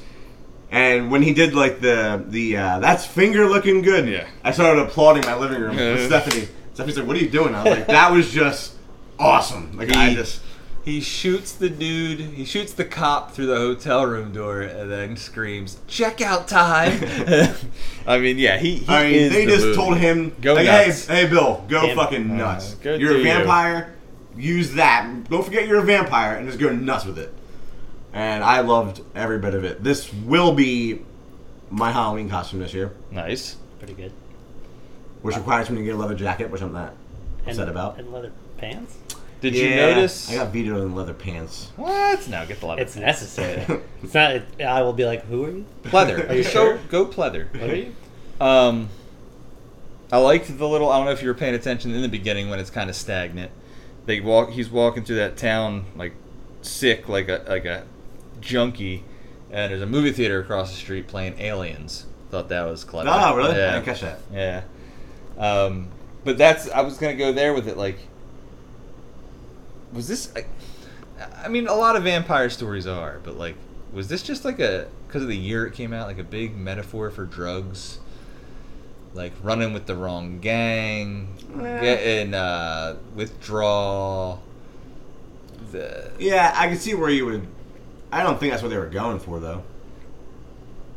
S1: And when he did like the the uh, that's finger looking good,
S2: Yeah. Uh-huh.
S1: I started applauding in my living room
S2: Yeah.
S1: with Stephanie. Stephanie's like, what are you doing? I was like, that was just awesome. Like I
S2: He-
S1: just.
S2: He shoots the dude. He shoots the cop through the hotel room door, and then screams, "Checkout time!" I mean, yeah, he. he
S1: I mean,
S2: is
S1: they
S2: the
S1: just
S2: movie.
S1: told him,
S2: Go
S1: like,
S2: nuts.
S1: hey, hey, Bill, go
S3: Damn.
S1: fucking nuts.
S2: good
S1: you're
S2: to
S1: a
S2: you."
S1: vampire. Use that. Don't forget you're a vampire, and just go nuts with it. And I loved every bit of it. This will be my Halloween costume this year,
S2: "Nice."
S3: pretty good.
S1: which requires me to get a leather jacket, which I'm not upset about.
S3: and leather pants.
S2: Did you
S1: Yeah,
S2: notice?
S1: I got vetoed in leather pants.
S2: what? No, get the leather.
S3: It's necessary. it's not. It, I will be like, who are you?
S2: pleather.
S1: Are you
S2: Go-
S1: sure?
S2: Go pleather.
S3: What are you?
S2: Um, I liked the little. I don't know if you were paying attention in the beginning when it's kind of stagnant. They walk. He's walking through that town like sick, like a like a junkie, and there's a movie theater across the street playing Aliens. Thought that was clever.
S1: No, Ah, really?
S2: Yeah.
S1: I didn't catch that.
S2: Yeah. Um, but that's I was gonna go there with it. Like, was this? I, I mean, a lot of vampire stories are, but like, was this just like a because of the year it came out, like a big metaphor for drugs? Like running with the wrong gang,
S1: Nah.
S2: getting uh, withdrawal. The
S1: Yeah, I can see where you would. I don't think that's what they were going for, though.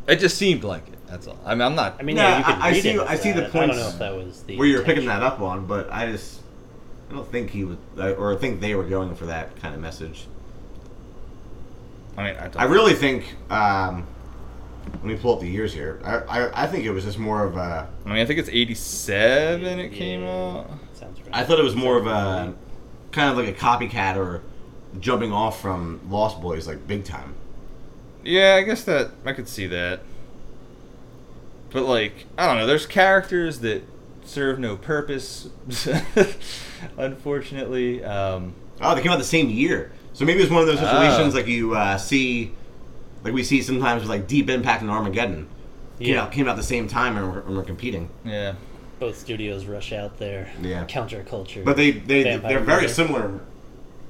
S2: it just seemed like it. That's all. I mean, I'm not.
S3: I mean,
S1: No,
S3: yeah, you could
S1: I- I
S3: read
S1: see-
S3: it as
S1: I see the
S3: that. I
S1: points
S3: don't know if that was the
S1: Where you're picking
S3: intention.
S1: that up on, but I just. I don't think he would, uh, or I think they were going for that kind of message.
S2: I mean, I, don't,
S1: I really think. Um, let me pull up the years here. I, I, I think it was just more of a.
S2: I mean, I think it's '87 it came
S3: Yeah,
S2: out.
S3: Sounds right.
S1: I thought it was more of a kind of like a copycat or jumping off from Lost Boys, like big time.
S2: Yeah, I guess that I could see that. But like, I don't know. There's characters that serve no purpose, unfortunately. Um,
S1: Oh, they came out the same year, so maybe it's one of those situations
S2: Oh.
S1: like you uh, see, like we see sometimes with like Deep Impact and Armageddon. Yeah,
S3: Yeah.
S1: came out, came out the same time and we're, and we're competing.
S2: yeah,
S3: both studios rush out there.
S1: Yeah.
S3: counterculture.
S1: But they they
S3: Vampire
S1: they're very
S3: Hunter.
S1: similar.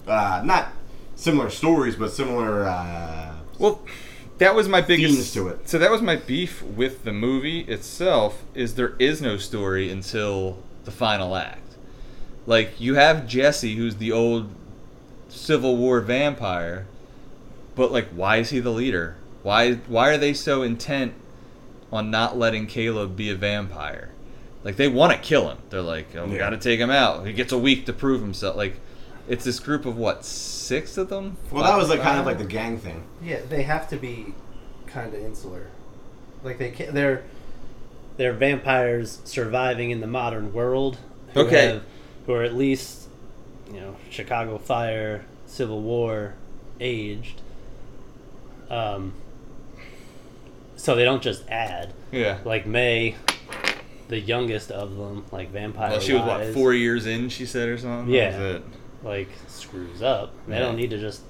S1: Uh, not similar stories, but similar. Uh,
S2: Well, that was my biggest
S1: Themes to it.
S2: So that was my beef with the movie itself is there is no story until the final act. Like you have Jesse, who's the old Civil War vampire, but like, why is he the leader? Why why are they so intent on not letting Caleb be a vampire? Like they want to kill him. They're like, oh, we
S1: Yeah.
S2: got to take him out. He gets a week to prove himself. Like, it's this group of what six of them?
S1: Well, that was like kind of like
S2: Five?
S1: the gang thing.
S4: Yeah, they have to be kind of insular. Like they can they're
S3: They're vampires surviving in the modern world. Who
S2: Okay.
S3: have- who are at least, you know, Chicago Fire, Civil War, aged. Um, so they don't just add
S2: yeah.
S3: like May, the youngest of them, like vampire.
S2: Well, she was what
S3: wise,
S2: four years in, she said, or something. That
S3: Yeah.
S2: was it.
S3: Like screws up. They
S2: Yeah.
S3: don't need to just.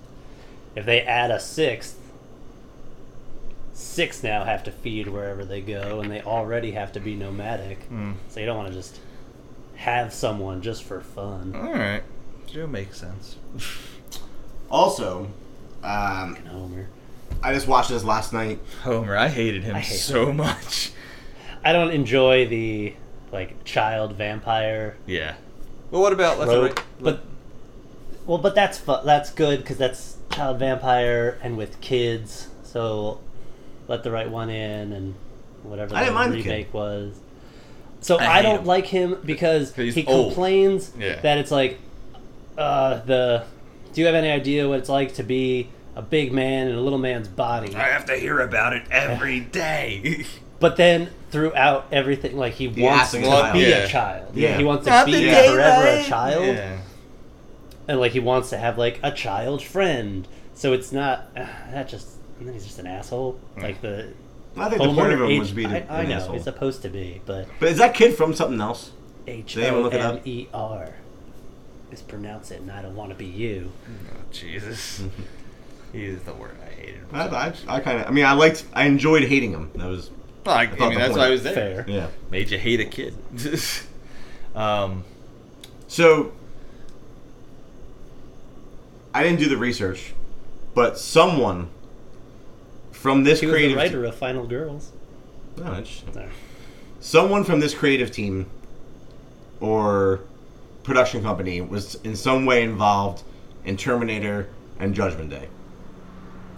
S3: If they add a sixth, six now have to feed wherever they go, and they already have to be nomadic.
S2: Mm.
S3: So you don't want to just have someone just for fun.
S2: All right, Joe makes sense.
S1: Also, um,
S3: Fucking Homer.
S1: I just watched this last night.
S2: Homer, I hated him
S3: I hate
S2: so much.
S3: I don't enjoy the like child vampire
S2: Yeah. Well, what about let's
S3: rope,
S2: re-
S3: but well, but that's fu- that's good because that's child vampire and with kids. So let the right one in and whatever
S1: I didn't
S3: the
S1: mind the kid.
S3: remake was. So
S2: I
S3: I,
S2: hate
S3: don't
S2: him.
S3: like him because
S2: He's
S3: he
S2: old.
S3: complains
S2: Yeah.
S3: that it's like uh, the. Do you have any idea what it's like to be a big man in a little man's body?
S2: I have to hear about it every day.
S3: But then throughout everything, like he
S1: He
S3: wants
S1: acts
S3: to
S1: like a
S3: be
S2: child. Yeah.
S3: a child.
S1: Yeah.
S3: He wants to
S2: Not
S3: be
S2: the gay
S3: forever a
S2: life.
S3: child,
S2: Yeah.
S3: and like he wants to have like a child friend. So it's not that just. And then he's just an asshole. Like the
S1: I think the point of him was
S3: H-
S1: being an
S3: I, I know
S1: asshole.
S3: it's supposed to be, but
S1: But is that kid from something else?
S3: H
S1: anyone
S3: O
S1: look it up?
S3: M E R is pronounce it, and I don't want to be you.
S2: Oh, Jesus. He's the word I hated. him.
S1: I, I, I kind of. I mean, I liked. I enjoyed hating him. That was.
S2: I,
S1: thought
S2: I mean,
S1: the
S2: that's
S1: point-
S2: why I was there.
S3: Fair.
S1: Yeah.
S2: Made you hate a kid. um,
S1: So I didn't do the research, but someone from this
S3: He was the
S1: creative
S3: writer of Final Girls.
S1: te- No, it's-
S3: No.
S1: someone from this creative team or production company was in some way involved in Terminator and Judgment Day.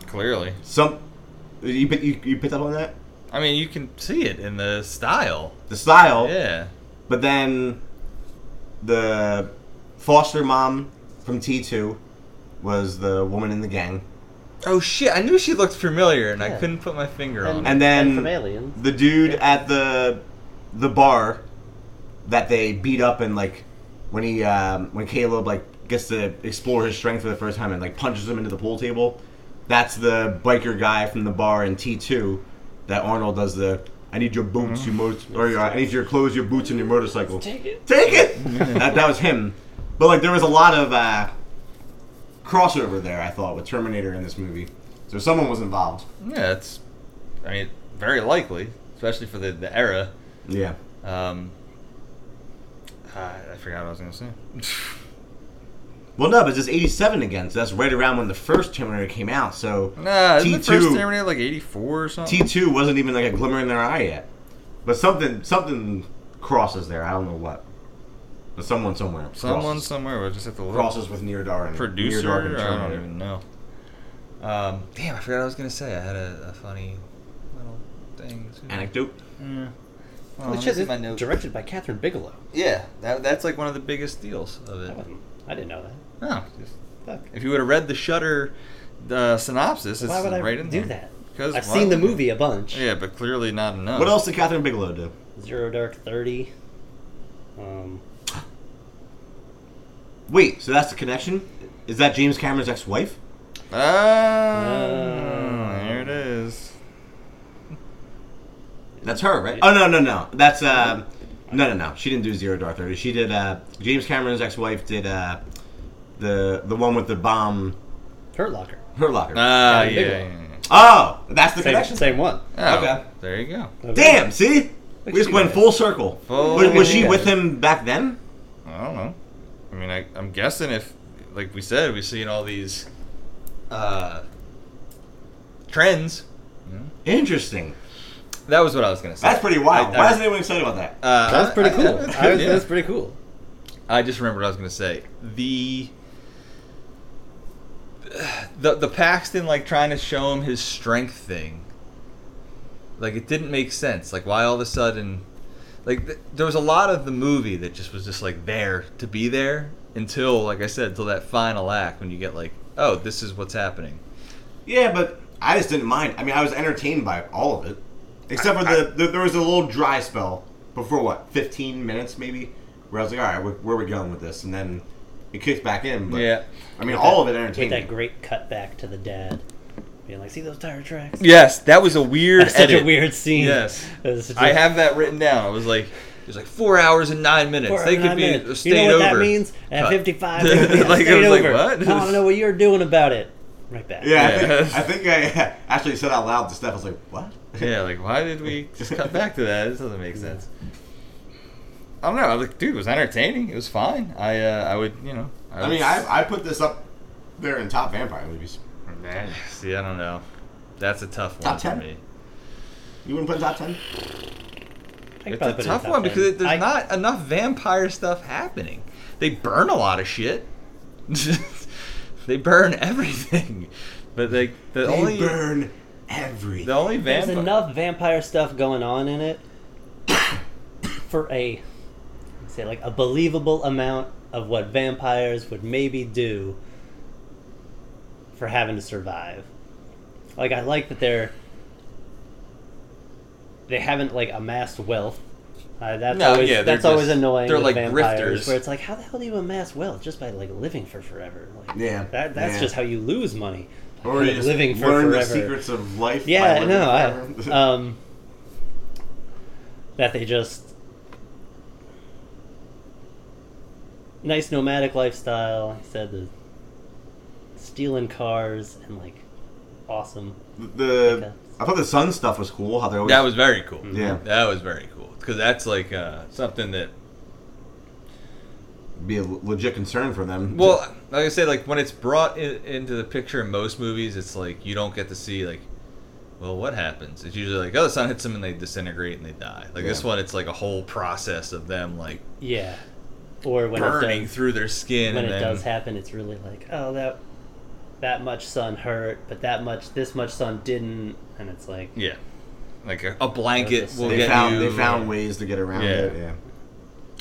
S2: clearly.
S1: Some you pick- you, you picked up on that
S2: I mean, you can see it in the style.
S1: the style,
S2: Yeah.
S1: but then the foster mom from T two was the woman in the gang.
S2: Oh shit! I knew she looked familiar, and I
S3: Yeah.
S2: couldn't put my finger on it.
S1: And then
S3: from Aliens.
S1: the dude at the the bar that they beat up and like when he um, when Caleb like gets to explore his strength for the first time and like punches him into the pool table. That's the biker guy from the bar in T two that Arnold does the I need your boots, your motor- or your, I need your clothes, your boots, and your motorcycle. Take it. Take it. that, that was him. But like there was a lot of uh, crossover there. I thought with Terminator in this movie, so someone was involved.
S2: Yeah, it's. I mean, very likely, especially for the the era.
S1: Yeah.
S2: Um, I, I forgot what I was gonna say.
S1: Well, no, but it's 87 again, so that's right around when the first Terminator came out, so
S2: nah, isn't the first
S1: T2
S2: Terminator like '84 or something?
S1: T2 wasn't even like a glimmer in their eye yet. But something something crosses there, I don't know what. But someone somewhere.
S2: Someone
S1: crosses,
S2: somewhere. We'll just have to look.
S1: crosses with Near Dark and
S2: producer. uh,
S1: Near Dark and
S2: I don't
S1: Terminator.
S2: even know. Um, damn, I forgot what I was gonna say. I had a, a funny little thing. too.
S1: Anecdote.
S2: Yeah. Well,
S3: Holy
S2: let me
S3: shit,
S2: see
S3: it's
S2: my notes.
S3: directed by Catherine Bigelow.
S2: Yeah, that, that's like one of the biggest deals of
S3: I,
S2: it.
S3: wasn't- I didn't know that.
S2: Oh, just-
S3: Fuck.
S2: if you would have read the Shutter uh, synopsis, it's
S3: Why would I
S2: right in
S3: do
S2: there.
S3: that?
S2: 'Cause
S3: I've
S2: why
S3: seen the
S2: would you?
S3: movie a bunch.
S2: Yeah, but clearly not enough.
S1: What else did Catherine Bigelow do?
S3: Zero Dark Thirty. Um,
S1: Wait, so that's the connection? Is that James Cameron's ex-wife?
S3: Uh.
S2: Ah, there it is.
S1: That's her, right? Oh no, no, no. That's uh, no, no, no. She didn't do Zero Dark Thirty. She did uh, James Cameron's ex-wife did uh, the the one with the bomb,
S3: Hurt Locker.
S1: her locker.
S2: Ah,
S3: Yeah, the
S2: yeah,
S3: big
S2: yeah,
S3: one.
S2: yeah,
S1: oh, that's the
S3: Same,
S1: connection.
S3: same one.
S2: yeah. Oh,
S1: Okay.
S2: There you go.
S3: Okay.
S1: Damn, see, we just
S3: you
S1: went
S3: guys.
S1: full circle.
S2: Full
S1: was, was she
S2: circle.
S1: with him back then?
S2: I don't know. I mean, I, I'm guessing if, like we said, we've seen all these uh, trends.
S1: Interesting.
S2: That was what I was gonna say.
S1: That's pretty wild.
S2: I- I-
S1: Why isn't anyone excited about that?
S2: Uh,
S3: That was pretty
S2: I- I-
S3: cool. I was,
S2: yeah.
S3: That was pretty cool.
S2: I just remembered what I was going to say. The the the Paxton like trying to show him his strength thing. Like it didn't make sense. Like why all of a sudden like th- there was a lot of the movie that just was just like there to be there until like I said until that final act when you get like oh this is what's happening.
S1: Yeah, but I just didn't mind. I mean, I was entertained by all of it, except for the, the there was a little dry spell before what fifteen minutes maybe, where I was like, all right, where, where are we going with this? And then it kicks back in. But,
S2: Yeah.
S1: I mean, all of it
S3: With
S1: entertained.
S3: that
S1: me.
S3: great cutback to the dad, being like, "See those tire tracks?"
S2: Yes, that was a weird
S3: That's such a weird scene.
S2: Yes.
S3: That was such a-
S2: I have that written down. I was like, there's like four hours and nine minutes.
S3: Four
S2: they
S3: or
S2: could
S3: nine
S2: be
S3: minutes.
S2: stayed
S3: You know what
S2: over.
S3: that means? At
S2: Cut.
S3: 55, they could be
S2: Like, I
S3: stayed
S2: was like,
S3: over.
S2: what?
S3: I don't know what you're doing about it. Right back.
S1: yeah,
S2: Yeah.
S1: I, think, I think I actually said out loud to Steph, I was like, what?
S2: Yeah, like why did we just cut back to that? This doesn't make sense. I don't know. I was like, dude, it was entertaining. It was fine. I uh, I would, you know.
S1: I mean,
S2: would-
S1: I, I put this up there in top vampire movies.
S2: see. I don't know. That's a tough one
S1: Top
S2: for
S1: 10?
S2: me.
S1: You wouldn't put it in top ten?
S3: I could
S2: It's a
S3: probably put it in
S2: tough
S3: top
S2: one
S3: 10.
S2: because it, there's
S3: I-
S2: not enough vampire stuff happening. They burn a lot of shit. they burn everything. But like the
S1: They
S2: only
S1: burn everything.
S2: the only
S3: There's
S2: vampire
S3: enough vampire stuff going on in it for a say like a believable amount of what vampires would maybe do for having to survive. Like I like that they're they haven't like amassed wealth. Uh, that's
S2: No,
S3: always
S2: yeah, they're
S3: that's always
S2: just-
S3: annoying.
S2: they're
S3: with
S2: like
S3: vampires,
S2: grifters.
S3: Where it's like, how the hell do you amass wealth just by like living for forever? Like,
S1: Yeah,
S3: that, that's
S1: yeah.
S3: just how you lose money.
S1: or you just
S3: living for
S1: learn
S3: forever.
S1: the secrets of life. by
S3: Yeah,
S1: living
S3: no, I,
S1: forever.
S3: um, that they just nice nomadic lifestyle. He said the stealing cars and like awesome.
S1: the I thought the sun stuff was cool. How they always
S2: That was very cool.
S3: Mm-hmm.
S1: Yeah.
S2: That was very cool because that's like uh, something that
S1: be a l- legit concern for them.
S2: Well, like I said, like when it's brought in, into the picture in most movies, it's like you don't get to see like, well, what happens? It's usually like, oh, the sun hits them and they disintegrate and they die. Like this
S1: Yeah.
S2: one, it's like a whole process of them like
S3: Yeah, or when
S2: burning
S3: it does,
S2: through their skin.
S3: when
S2: and
S3: it
S2: then,
S3: does happen, it's really like oh that that much sun hurt, but that much this much sun didn't, and it's like
S2: yeah, like a, a blanket
S3: Those are
S2: will
S1: they
S2: get
S1: found
S2: you.
S1: they found ways to get around
S2: Yeah.
S1: it. Yeah.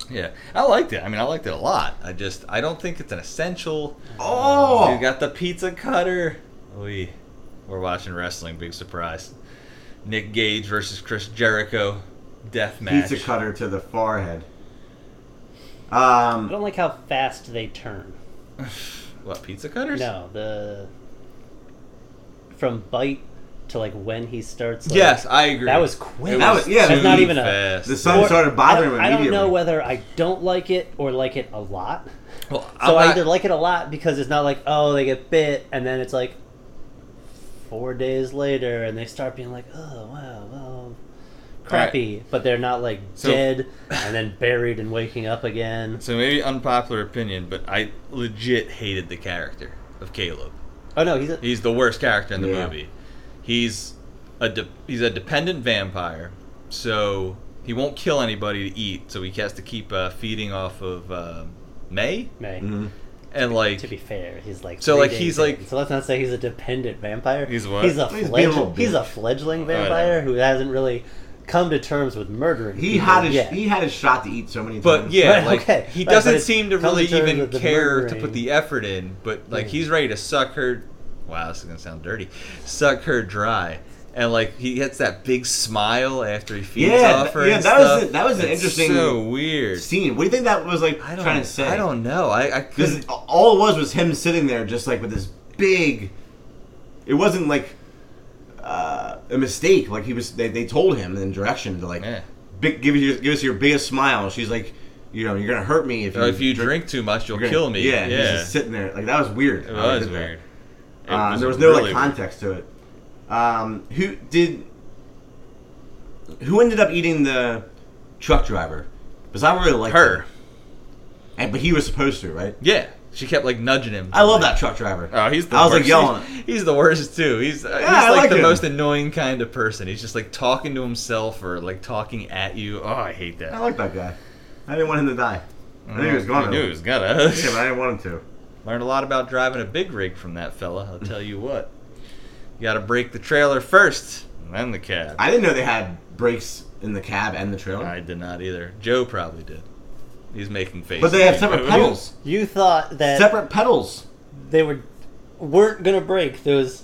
S2: Yeah, I liked it. I mean, I liked it a lot. I just I don't think it's an essential.
S1: Oh,
S2: You got the pizza cutter. We we're watching wrestling. Big surprise. Nick Gage versus Chris Jericho death match.
S1: pizza cutter to the forehead.
S3: I
S1: Um,
S3: don't like how fast they turn.
S2: What pizza cutters?
S3: No, the from bite to like when he starts. Like,
S2: Yes, I agree.
S3: that was quick.
S2: It
S1: That was- yeah,
S2: too
S1: that's not
S3: even a-
S2: fast.
S1: the sun started bothering
S3: I,
S1: him
S3: I don't
S1: immediately.
S3: know whether I don't like it or like it a lot.
S2: Well, I'm
S3: So I
S2: not-
S3: either like it a lot because it's not like oh they get bit and then it's like four days later and they start being like oh wow well crappy but they're not like
S2: So-
S3: dead and then buried and waking up again.
S2: So maybe unpopular opinion, but I legit hated the character of Caleb.
S3: Oh no, he's a,
S2: He's the worst character in the
S1: Yeah.
S2: movie. He's a de- he's a dependent vampire, so he won't kill anybody to eat. So he has to keep uh, feeding off of um May
S3: May.
S1: mhm.
S2: and like
S3: To be fair, he's like
S2: So,
S3: three
S2: like,
S3: days
S2: he's,
S3: in.
S2: like-
S3: so let's not say he's a dependent vampire.
S2: He's what? Oh,
S3: He's a
S1: He's being a
S3: fledgling.
S1: little
S3: He's a
S1: bitch.
S3: fledgling
S2: Alright.
S3: vampire who hasn't really come to terms with murdering.
S1: he
S3: people
S1: had his
S3: yet.
S1: he had his shot to eat so many
S2: But
S1: times.
S2: yeah,
S3: Right,
S2: like
S3: okay.
S2: he
S3: Right,
S2: doesn't
S3: but it's
S2: seem to
S3: come to
S2: really
S3: terms
S2: even
S3: with the
S2: care to
S3: murdering.
S2: put the effort in. But like
S3: Yeah.
S2: he's ready to suck her. Wow, this is gonna sound dirty. Suck her dry, and like he gets that big smile after he feeds
S1: Yeah,
S2: off her.
S1: th- yeah,
S2: and
S1: that was
S2: stuff.
S1: a- that was an
S2: It's
S1: interesting
S2: So weird.
S1: Scene. What do you think that was like
S2: I don't.
S1: trying to say?
S2: I don't know. I, I
S1: Because
S2: couldn't.
S1: all it was was him sitting there, just like with this big. It wasn't like uh, a mistake. Like he was, they, they told him in directions to like,
S2: Yeah.
S1: big, give us your, give us your biggest smile. She's like, you know, you're gonna hurt me if you,
S2: Or Uh, if you drink too much, you'll
S1: you're gonna-
S2: kill me.
S1: Yeah, he's just sitting there. Like that was weird.
S2: it
S1: how they
S2: was
S1: did that.
S2: weird. It
S1: Uh,
S2: was
S1: there was no like
S2: really
S1: context to it. Um, who did? Who ended up eating the truck driver? Because I really
S2: weird.
S1: liked
S2: her.
S1: him. And, but he was supposed to, right?
S2: Yeah, she kept like nudging him.
S1: I love that truck driver.
S2: Oh, he's the
S1: I was
S2: worst.
S1: like yelling.
S2: He's, he's the worst too. He's uh,
S1: Yeah, I
S2: he's like,
S1: like
S2: the
S1: him.
S2: most annoying kind of person. He's just like talking to himself or like talking at you. Oh, I hate that.
S1: I like that guy. I didn't want him to die. I knew he was gonna.
S2: I knew Mm, he was gonna.
S1: Yeah, but I didn't want him to.
S2: Learned a lot about driving a big rig from that fella. I'll tell you what. You got to break the trailer first, and then the cab.
S1: I didn't know they had brakes in the cab and the trailer.
S2: I did not either. Joe probably did. He's making faces.
S1: But they have separate pedals.
S3: You thought that
S1: Separate pedals.
S3: they were weren't gonna break those.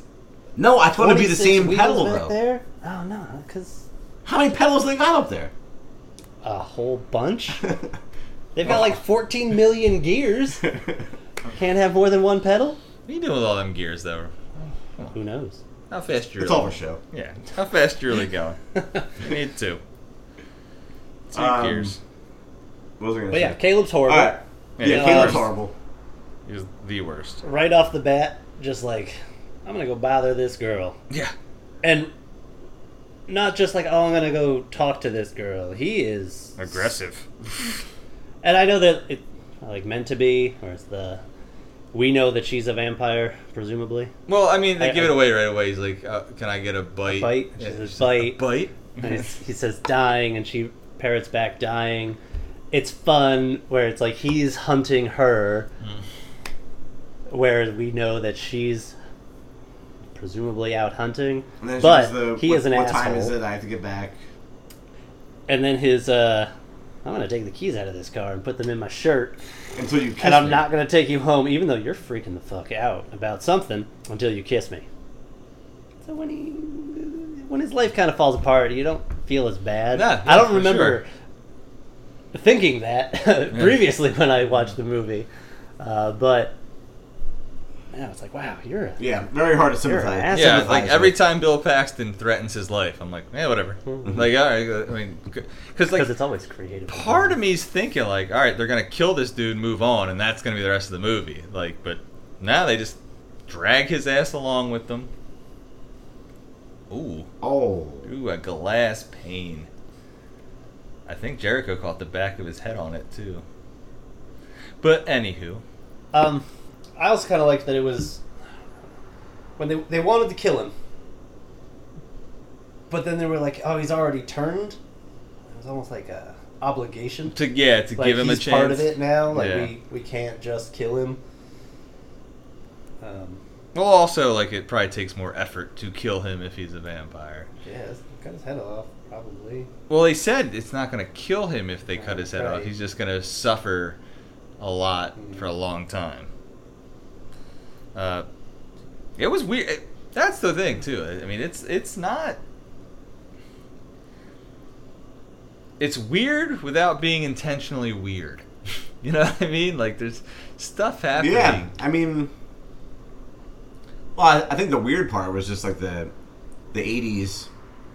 S1: No, I thought it'd be the
S3: 26
S1: same
S3: wheels
S1: pedal
S3: back
S1: though.
S3: There? Oh no, because
S1: How many pedals they got up there?
S3: a whole bunch. They've got like 14 million gears. Can't have more than one pedal.
S2: What are you doing with all them gears, though?
S3: Who knows?
S2: How fast you're?
S1: it's all for show.
S2: Yeah. How fast you're really going? you need two. Two
S1: Um,
S2: gears.
S1: What was I gonna
S3: But
S1: say?
S3: yeah, Caleb's horrible.
S1: All right. Yeah,
S2: Yeah, he's
S1: Caleb's
S2: the worst.
S1: horrible.
S2: He's the worst.
S3: Right off the bat, just like I'm gonna go bother this girl,
S2: Yeah.
S3: and not just like oh I'm gonna go talk to this girl. He is
S2: Aggressive.
S3: And I know that it like meant to be, or it's the we know that she's a vampire, presumably.
S2: Well, I mean, they
S3: I-
S2: give
S3: I-
S2: it away right away. He's like, uh, "Can I get a bite?"
S3: bite?
S2: Yeah,
S3: She says,
S2: she's like, "A
S3: "Bite."
S2: bite.
S3: And it's, he says dying, and she parrots back dying. It's fun where it's like he's hunting her, where we know that she's presumably out hunting,
S1: And then she was
S3: but
S1: the,
S3: he
S1: what,
S3: is an
S1: what
S3: asshole.
S1: time is it? I have to get back.
S3: And then his uh, I'm gonna take the keys out of this car and put them in my shirt.
S1: Until you kiss
S3: and I'm
S1: me.
S3: not gonna take you home, even though you're freaking the fuck out about something until you kiss me. So when he, when his life kind of falls apart, you don't feel as bad.
S2: No, yeah,
S3: I don't
S2: for
S3: remember thinking that previously when I watched the movie, uh, but now it's like, wow, you're a,
S1: Yeah, very hard to
S3: You're an
S1: sympathize.
S3: ass.
S2: yeah,
S1: sympathize
S2: like
S1: with.
S2: every time Bill Paxton threatens his life, I'm like, yeah, whatever.
S1: Mm-hmm.
S2: Like, all right, I mean, because
S3: because
S2: like
S3: it's always creative.
S2: part of me's thinking like, all right, they're gonna kill this dude, and move on, and that's gonna be the rest of the movie. Like, but now they just drag his ass along with them. Ooh,
S1: Oh.
S2: ooh, a glass pane. I think Jericho caught the back of his head on it too. But anywho,
S3: Um,
S4: I also kind of liked that it was when they they wanted to kill him, but then they were like, "Oh, he's already turned." It was almost like a obligation.
S2: to yeah, to
S4: like
S2: give him
S4: he's
S2: a chance.
S4: part of it now. Like
S2: Yeah.
S4: we we can't just kill him. Um,
S2: Well, also like it probably takes more effort to kill him if he's a vampire.
S4: yeah, it's- cut his head off probably.
S2: Well, they said it's not going to kill him if they cut his head off.
S4: Right.
S2: He's just going to suffer a lot
S4: Mm.
S2: for a long time. Uh, it was weird. It- that's the thing too. I I mean, it's it's not. It's weird without being intentionally weird. You know what I mean? Like there's stuff happening.
S1: Yeah, I mean, well, I, I think the weird part was just like the the '80s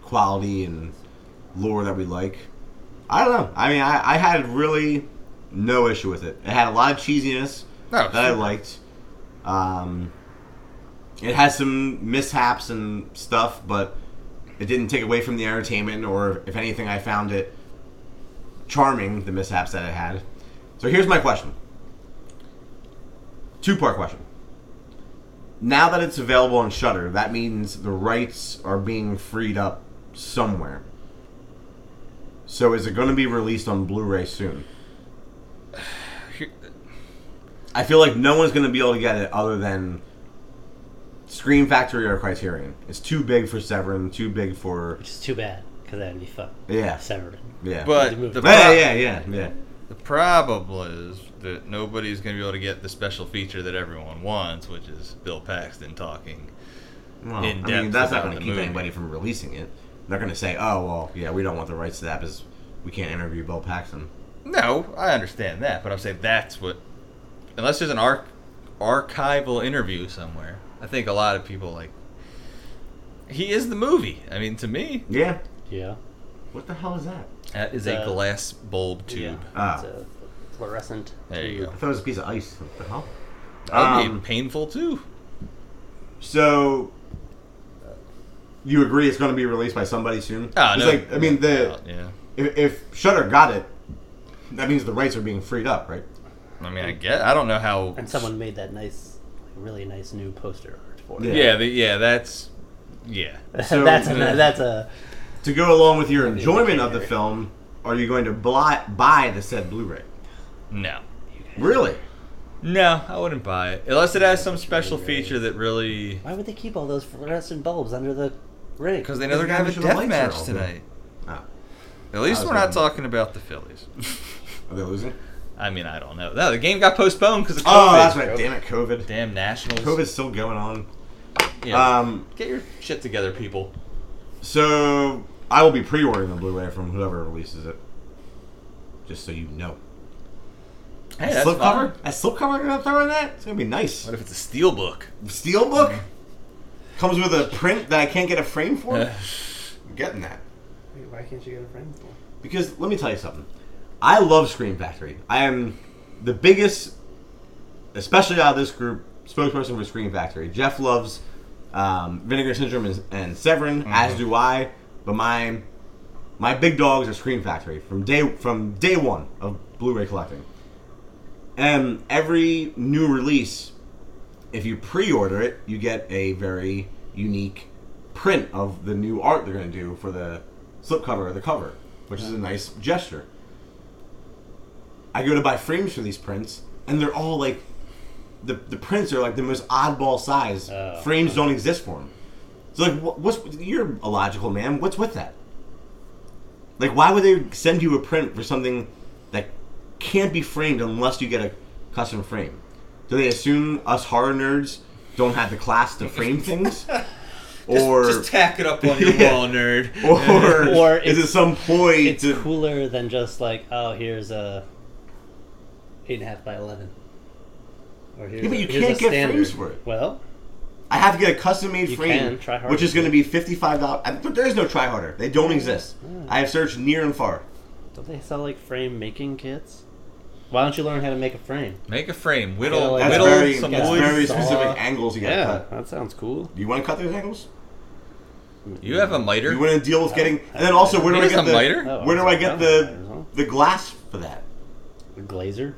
S1: quality and lore that we like. I don't know. I mean, I, I had really no issue with it. It had a lot of cheesiness
S2: No,
S1: that I
S2: sure.
S1: liked. Um, it has some mishaps and stuff, but it didn't take away from the entertainment. Or if anything, I found it charming the mishaps that it had. So here's my question. Two part question. Now that it's available on Shutter, that means the rights are being freed up somewhere. So is it going to be released on Blu-ray soon? I feel like no one's going to be able to get it other than Scream Factory or Criterion. It's too big for Severin, too big for
S3: which is too bad because that'd be fun.
S1: yeah,
S3: Severed.
S1: yeah.
S2: But
S3: Yeah,
S2: the
S1: yeah,
S2: prob-
S1: yeah, yeah, yeah.
S2: The problem is that nobody's going to be able to get the special feature that everyone wants, which is Bill Paxton talking.
S1: Well,
S2: in
S1: I mean,
S2: depth
S1: that's not
S2: about
S1: going
S2: the
S1: to keep
S2: movie.
S1: anybody from releasing it. They're going to say, "Oh, well, yeah, we don't want the rights to that because we can't interview Bill Paxton."
S2: No, I understand that, but I'm saying that's what. Unless there's an arch- archival interview somewhere, I think a lot of people like. He is the movie. I mean, to me,
S1: Yeah.
S3: Yeah.
S1: What the hell is that?
S2: that is a
S3: Uh,
S2: glass bulb tube.
S1: Ah.
S3: It's a fluorescent.
S2: There you
S3: tube.
S2: go.
S1: I thought it was a piece of ice. What the hell?
S2: That'd
S1: Um,
S2: be painful too.
S1: So, uh, you agree it's going to be released by somebody soon?
S2: Ah,
S1: It's
S2: no,
S1: like, I mean, the
S2: yeah.
S1: if, if Shutter got it, that means the rights are being freed up, right?
S2: I mean, I get. I don't know how.
S3: And someone made that nice, like, really nice new poster art for
S1: Yeah.
S3: it.
S2: Yeah, the, yeah, that's. Yeah.
S1: So-
S3: that's a, that's a
S1: To go along with your enjoyment of the
S3: indicator.
S1: film, are you going to bli- buy the said Blu-ray?
S2: No.
S1: Really?
S2: No, I wouldn't buy it. Unless it has some special feature that really.
S3: Why would they keep all those fluorescent bulbs under the ring?
S2: Because they know they're
S1: Because
S2: going to have
S1: the
S2: a
S1: lights
S2: death
S1: are
S2: match
S1: open.
S2: tonight.
S1: Oh, I
S2: At least
S1: was
S2: we're not
S1: wondering.
S2: talking about the Phillies.
S1: are they losing?
S2: I mean, I don't know. No, the game got postponed because of COVID.
S1: Oh, that's right. Damn it, COVID.
S2: Damn Nationals.
S1: COVID's still going on.
S2: Yeah.
S1: Um,
S2: Get your shit together, people.
S1: so I will be pre-ordering the Blu-ray from whoever releases it. Just so you know.
S2: Hey,
S1: That
S2: that's
S1: slip
S2: fine.
S1: cover? That slip cover gonna throw in that? It's gonna be nice.
S2: What if it's a steel book?
S1: Steel book comes with a print that I can't get a frame for. I'm getting that
S4: Wait, why can't you get a frame for?
S1: because let me tell you something. I love Screen Factory. I am the biggest, especially out of this group, spokesperson for Screen Factory. Jeff loves um, Vinegar Syndrome and, and Severin, as do I. But my my big dogs are Screen Factory from day from day one of Blu-ray collecting. And every new release, if you pre-order it, you get a very unique print of the new art they're going to do for the slipcover or the cover, which is a nice gesture. I go to buy frames for these prints, and they're all like, the, the prints are like the most oddball size.
S3: Oh.
S1: Frames don't exist for them. So like, wh- what's you're a logical man? What's with that? Like, why would they send you a print for something that can't be framed unless you get a custom frame? Do they assume us horror nerds don't have the class to frame things? or
S2: just, just tack it up on your
S1: Yeah.
S2: wall, nerd.
S1: or,
S3: Or
S1: is it
S3: it's-
S1: some ploy
S3: it's
S1: to
S3: cooler than just like, oh, here's a eight and a half by eleven. Or here's
S1: Yeah, but you
S3: here's
S1: can't get
S3: standard.
S1: frames for it.
S3: Well,
S1: I have to get a custom made
S3: You
S1: frame,
S3: can, try harder.
S1: which is going to be fifty five dollars. But there is no try harder; they don't exist.
S3: Hmm.
S1: I have searched near and far.
S3: don't they sell like frame making kits? Why don't you learn how to make a frame?
S2: Make a frame. Whittle,
S3: Yeah, like-
S1: That's
S2: whittle
S1: very,
S2: some
S1: that's
S2: wood.
S1: very
S3: saw.
S1: specific angles you got to cut.
S3: that sounds cool.
S1: Do you want to cut those angles?
S2: You have a miter.
S1: You want to deal with getting, and then also where do I
S2: Here's
S1: get
S2: a
S1: the
S2: lighter?
S3: Oh,
S1: where do I get
S3: that's
S1: the
S3: all.
S1: the glass for that?
S3: A glazer.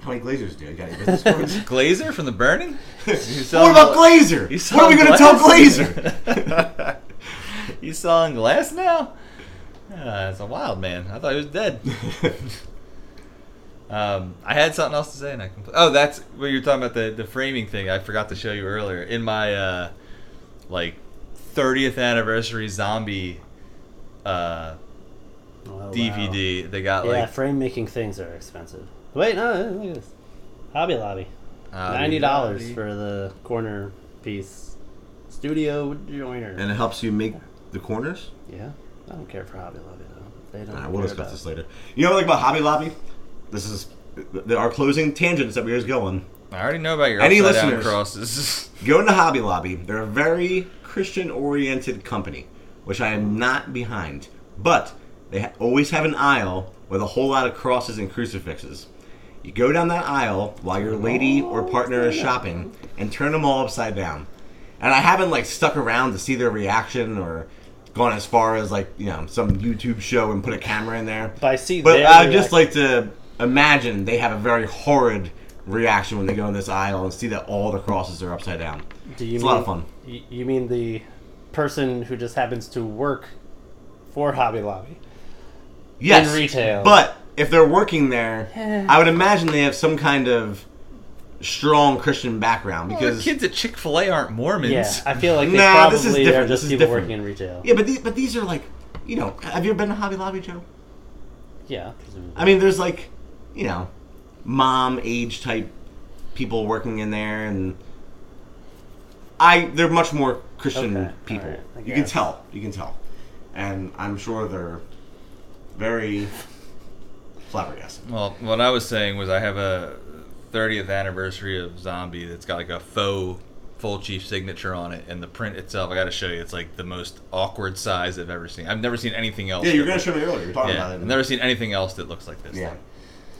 S1: How many glazers do you got? Any business cards?
S2: Glazer from the burning?
S1: what about Glazer?
S2: You
S1: What are we going to tell Glazer?
S2: Glazer? He's selling glass now? Ah, that's a wild man. I thought he was dead. Um, I had something else to say, and I compl- oh, that's what you're talking about the the framing thing. I forgot to show you earlier in my uh, like 30th anniversary zombie uh,
S3: Oh, wow.
S2: DVD. They got
S3: Yeah,
S2: like
S3: frame making things are expensive. Wait, no, look at this. Hobby Lobby.
S2: uh,
S3: Ninety dollars for the corner piece. Studio joiner.
S1: and it helps you make the corners.
S3: yeah, I don't care for Hobby Lobby though. They don't.
S1: All right,
S3: care
S1: we'll discuss
S3: about-
S1: this later. You know, like about Hobby Lobby. This is there are closing tangents that we always go on.
S2: I already know about your
S1: Any
S2: any listeners
S1: listeners?
S2: crosses.
S1: Go into Hobby Lobby. They're a very Christian-oriented company, which I am not behind. But they ha- always have an aisle with a whole lot of crosses and crucifixes. You go down that aisle while your lady or partner is shopping and turn them all upside down. And I haven't like stuck around to see their reaction or gone as far as like you know some YouTube show and put a camera in there.
S3: But I see
S1: But
S3: their
S1: I just
S3: reaction.
S1: like to imagine they have a very horrid reaction when they go in this aisle and see that all the crosses are upside down.
S3: Do you
S1: It's a
S3: mean,
S1: lot of fun.
S3: y- You mean the person who just happens to work for Hobby Lobby?
S1: Yes,
S3: retail.
S1: But if they're working there, I would imagine they have some kind of strong Christian background
S2: Well, the
S1: because
S2: kids at Chick Fil A aren't Mormons.
S3: Yeah, I feel like they
S1: Nah, this is
S3: probably are
S1: different.
S3: just
S1: This is
S3: people
S1: different.
S3: working in retail.
S1: yeah, but these but these are like you know have you ever been to Hobby Lobby, Joe?
S3: Yeah, presumably.
S1: I mean, there's like, you know, mom age type people working in there, and I they're much more Christian
S3: Okay,
S1: people.
S3: alright, I
S1: you can
S3: guess.
S1: tell. You can tell, and I'm sure they're very flabbergasted.
S2: Well, what I was saying was I have a 30th anniversary of Zombie that's got like a faux full chief signature on it, and the print itself. I got to show you. It's like the most awkward size I've ever seen. I've never seen anything else.
S1: Yeah, you're
S2: that
S1: gonna
S2: looked-
S1: show me earlier. You're talking
S2: Yeah,
S1: about
S2: I've
S1: it.
S2: never seen anything else that looks like this.
S1: yeah.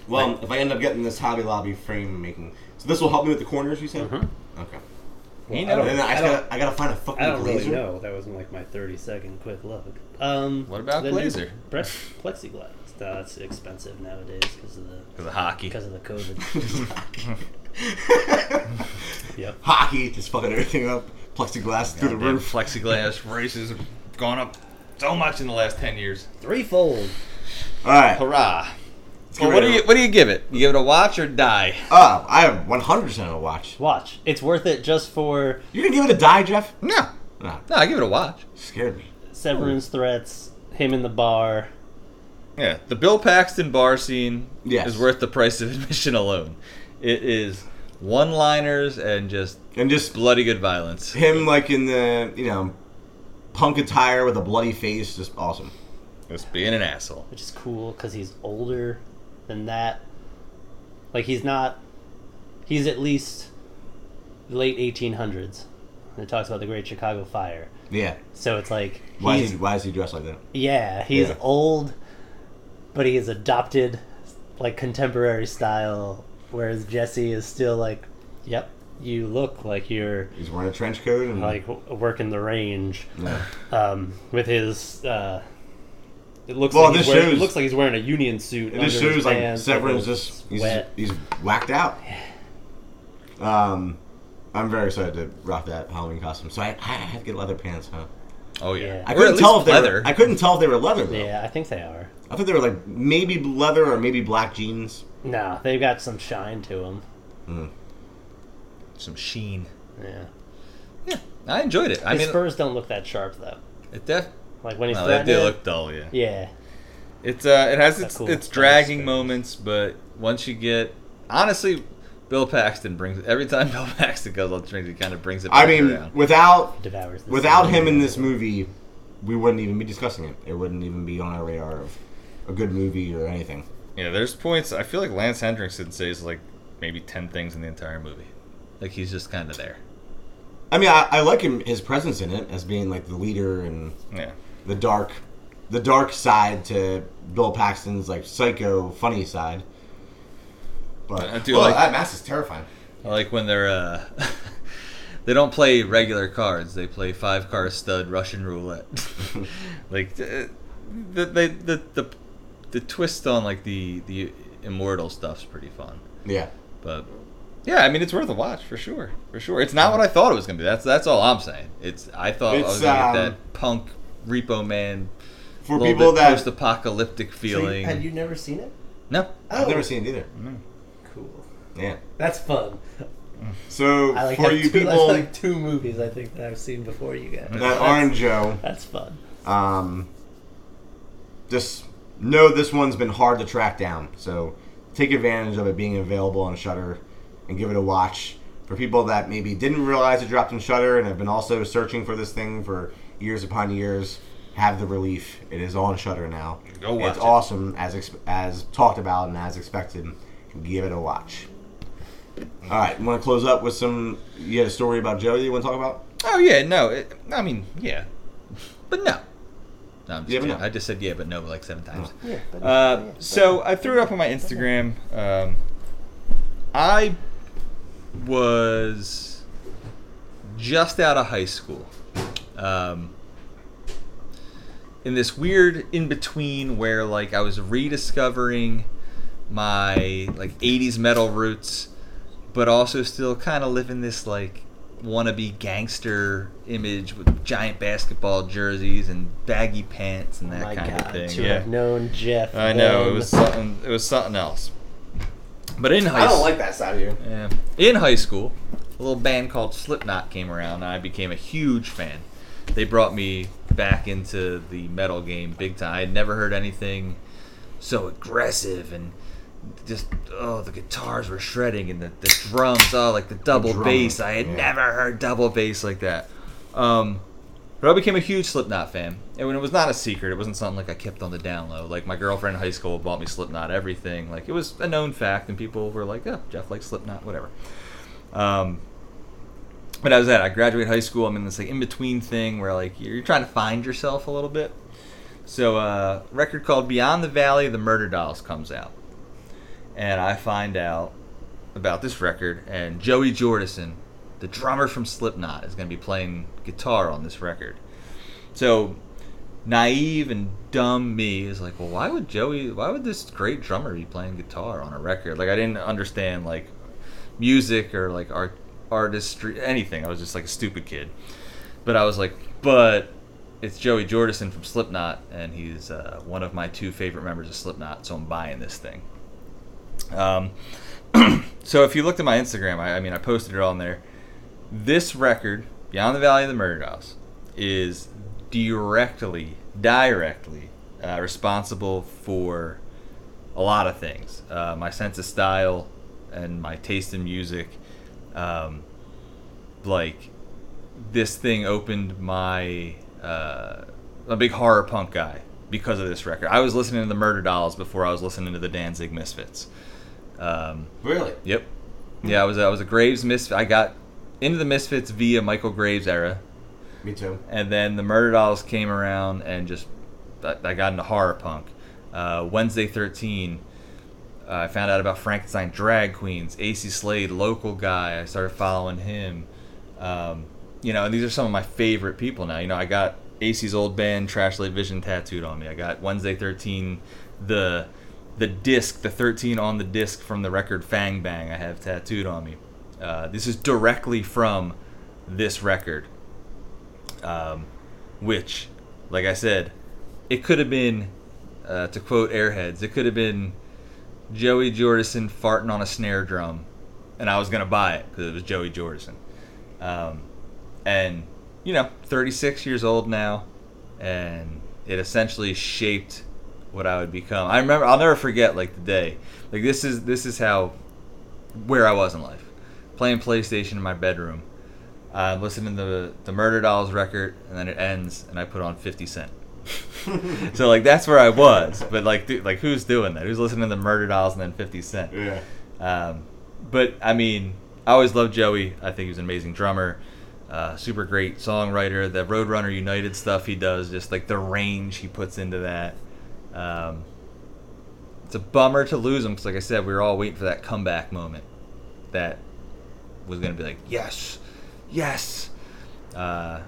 S1: Well, if I end up getting this Hobby Lobby frame making, so this will help me with the corners. You said.
S3: Mhm.
S1: Okay.
S2: You
S3: I
S2: know.
S1: And then I,
S3: I
S1: just
S3: don't-
S1: gotta, I gotta find a fucking
S3: I don't really
S1: laser.
S3: know. That wasn't like my 30 second quick look. Um,
S2: What about
S3: the new
S2: Glazer?
S3: pre- plexiglass. That's expensive nowadays because of the
S2: Because of hockey.
S3: because of the COVID. yep.
S1: Hockey, just fucking everything up. Plexiglass through the
S2: Goddamn
S1: roof.
S2: Plexiglass races have gone up so much in the last 10 years.
S3: Threefold.
S1: All right.
S2: Hurrah.
S1: Let's get
S2: Well,
S1: rid
S2: what do
S1: of
S2: you
S1: it.
S2: what do you give it? You give it a watch or die?
S1: Oh, I have 100% of a watch.
S3: Watch. It's worth it just for
S1: You're gonna give it a die, Jeff?
S2: No,
S1: No,
S2: no, I give it a watch.
S1: scared me.
S3: Severance threats, him in the bar.
S2: Yeah, the Bill Paxton bar scene
S1: Yes.
S2: is worth the price of admission alone. It is one-liners and just
S1: And just
S2: bloody good violence.
S1: him, like in the you know, punk attire with a bloody face, just awesome.
S2: Just being an asshole.
S3: which is cool because he's older than that. Like he's not. He's at least late 1800s. And it talks about the Great Chicago Fire.
S1: Yeah.
S3: So it's like
S1: Why
S3: he's
S1: is he Why is he dressed like that?
S3: yeah he's
S1: Yeah.
S3: old, but he is adopted like contemporary style, whereas Jesse is still like, yep, you look like you're
S1: He's wearing a trench coat and
S3: like w- working the range
S1: Yeah.
S3: um, with his. Uh, it looks
S1: Well,
S3: like he's
S1: this
S3: wearing,
S1: shows-
S3: it looks like he's wearing a union suit.
S1: It just
S3: under his
S1: shows like
S3: pants,
S1: Severin's
S3: like,
S1: just he's,
S3: wet.
S1: he's whacked out. Um, I'm very excited to rock that Halloween costume. So I, I had to get leather pants, huh?
S2: Oh yeah,
S3: Yeah.
S1: I
S2: Or at
S1: couldn't tell
S2: least
S1: if they
S2: leather.
S1: were. I couldn't tell if they were leather though.
S3: Yeah, I think they are.
S1: I thought they were like maybe leather or maybe black jeans.
S3: No, they've got some shine to them.
S2: Some sheen.
S3: Yeah,
S2: Yeah, I enjoyed it. I
S3: his
S2: mean,
S3: spurs don't look that sharp though.
S2: it def-
S3: Like when he's
S2: no,
S3: no,
S2: they,
S3: threatening.
S2: they look dull. Yeah.
S3: yeah,
S2: It's uh, it has its
S3: cool.
S2: its dragging
S3: Nice.
S2: moments, but once you get honestly, Bill Paxton brings every time Bill Paxton goes on train, he kind of brings it. Back
S1: I mean,
S2: around.
S1: without
S3: devours. This
S1: without
S3: thing.
S1: him in this movie, we wouldn't even be discussing it. It wouldn't even be on our radar of a good movie or anything.
S2: Yeah, there's points. I feel like Lance Hendrickson says like maybe ten things in the entire movie. Like he's just kind of there.
S1: I mean, I, I like him his presence in it as being like the leader and
S2: Yeah.
S1: the dark, the dark side to Bill Paxton's like psycho funny side. But
S2: I do
S1: Oh,
S2: like-
S1: that mask is terrifying.
S2: I like when they're uh, they don't play regular cards. They play five card stud Russian roulette. like the the, the the the twist on like the the immortal stuff's pretty fun.
S1: Yeah,
S2: But yeah, I mean it's worth a watch for sure. For sure. It's not what I thought it was gonna be. That's that's all I'm saying. It's I thought I was
S1: It's,
S2: gonna
S1: um,
S2: get that punk repo man
S1: for
S2: little
S1: people
S2: bit
S1: that
S2: post-apocalyptic
S4: So you,
S2: feeling.
S4: had you never seen it?
S2: no.
S1: I've
S3: Oh,
S1: never seen it either.
S4: Cool.
S1: Yeah.
S4: That's fun.
S1: So
S3: I like
S1: for
S3: how
S1: you
S3: two-
S1: people
S4: That's like two movies I think that I've seen before you guys.
S1: that aren't Joe,
S3: That's fun.
S1: um, just know this one's been hard to track down. So take advantage of it being available on Shutter and give it a watch. For people that maybe didn't realize it dropped on Shutter and have been also searching for this thing for years upon years, have the relief. It is on Shutter now.
S2: Go watch
S1: it's
S2: it.
S1: awesome as exp- as talked about and as expected. Give it a watch. All right, want to close up with some? You had a story about Joe that you want to talk about?
S2: Oh yeah, no. It, I mean, yeah, but no. No, I'm just
S1: Yeah, but
S2: kidding.
S1: no.
S2: I just said yeah, but no like seven times.
S1: Oh,
S4: Yeah, but-
S2: Uh,
S4: yeah,
S2: so I threw it up on my Instagram. Um, I was just out of high school. Um, in this weird in between where like I was rediscovering my like 80s metal roots but also still kind of living this like wannabe gangster image with giant basketball jerseys and baggy pants and that
S3: Oh My
S2: kind
S3: God,
S2: of thing.
S3: to
S2: yeah.
S3: have known Jeff.
S2: I know
S3: then.
S2: it was something. It was something else. But in high,
S1: I don't
S2: s-
S1: like that side of you.
S2: yeah. In high school, a little band called Slipknot came around, and I became a huge fan. They brought me back into the metal game big time. I had never heard anything so aggressive and just oh, the guitars were shredding and the, the drums, oh, like the double
S1: drums,
S2: bass. I had
S1: yeah.
S2: never heard double bass like that. Um, but I became a huge Slipknot fan, and when it was not a secret, it wasn't something like I kept on the down low. Like my girlfriend in high school bought me Slipknot, everything. Like it was a known fact, and people were like, "Oh, Jeff likes Slipknot, whatever." Um, but I was at I graduated high school. I'm in this like in between thing where like you're, you're trying to find yourself a little bit. So uh, a record called Beyond the Valley of the Murder Dolls comes out, and I find out about this record, and Joey Jordison, the drummer from Slipknot, is going to be playing guitar on this record. So naive and dumb me is like, well, why would Joey? Why would this great drummer be playing guitar on a record? Like I didn't understand like music or like art artistry anything. I was just like a stupid kid. But I was like, but it's Joey Jordison from Slipknot, and he's uh, one of my two favorite members of Slipknot, so I'm buying this thing. Um, so if you looked at my Instagram, I, I mean, I posted it on there. This record, Beyond the Valley of the Murder Dolls, is directly, directly uh, responsible for a lot of things. Uh, my sense of style and my taste in music. Um, like, this thing opened my. Uh, I'm a big horror punk guy because of this record. I was listening to the Murder Dolls before I was listening to the Danzig Misfits. Um,
S1: Really?
S2: Yep. Yeah, I was I was a Graves Misfit. I got into the Misfits via Michael Graves era,
S1: Me too.
S2: and then the Murder Dolls came around and just I, I got into horror punk. Uh, Wednesday Thirteen, uh, I found out about Frankenstein drag queens, AC Slade, local guy. I started following him. Um, you know, and these are some of my favorite people now. You know, I got AC's old band Trash Late Vision tattooed on me. I got Wednesday 13, the the disc, the 13 on the disc from the record Fang Bang. I have tattooed on me. Uh, this is directly from this record, um, which, like I said, it could have been, uh, to quote Airheads, it could have been Joey Jordison farting on a snare drum, and I was gonna buy it because it was Joey Jordison. Um, and you know, 36 years old now, and it essentially shaped what I would become. I remember, I'll never forget like the day. Like this is this is how where I was in life, playing PlayStation in my bedroom, uh, listening to the the Murder Dolls record, and then it ends, and I put on 50 Cent. so like that's where I was, but like dude, like who's doing that? Who's listening to Murder Dolls and then 50 Cent?
S1: Yeah.
S2: Um, but I mean, I always loved Joey. I think he was an amazing drummer, uh, super great songwriter. The Roadrunner United stuff he does, just like the range he puts into that. Um, it's a bummer to lose him because, like I said, we were all waiting for that comeback moment that was going to be like, yes, yes. Uh,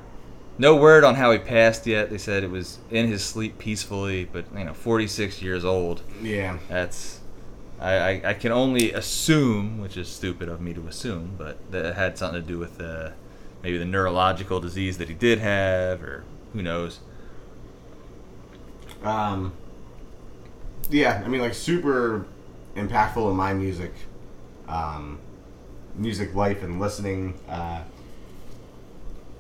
S2: no word on how he passed yet. They said it was in his sleep peacefully, but you know, 46 years old.
S1: Yeah.
S2: That's I, I, I can only assume, which is stupid of me to assume, but that it had something to do with uh, maybe the neurological disease that he did have, or who knows.
S1: Um, yeah, I mean, like super impactful in my music, um, music life and listening. Uh,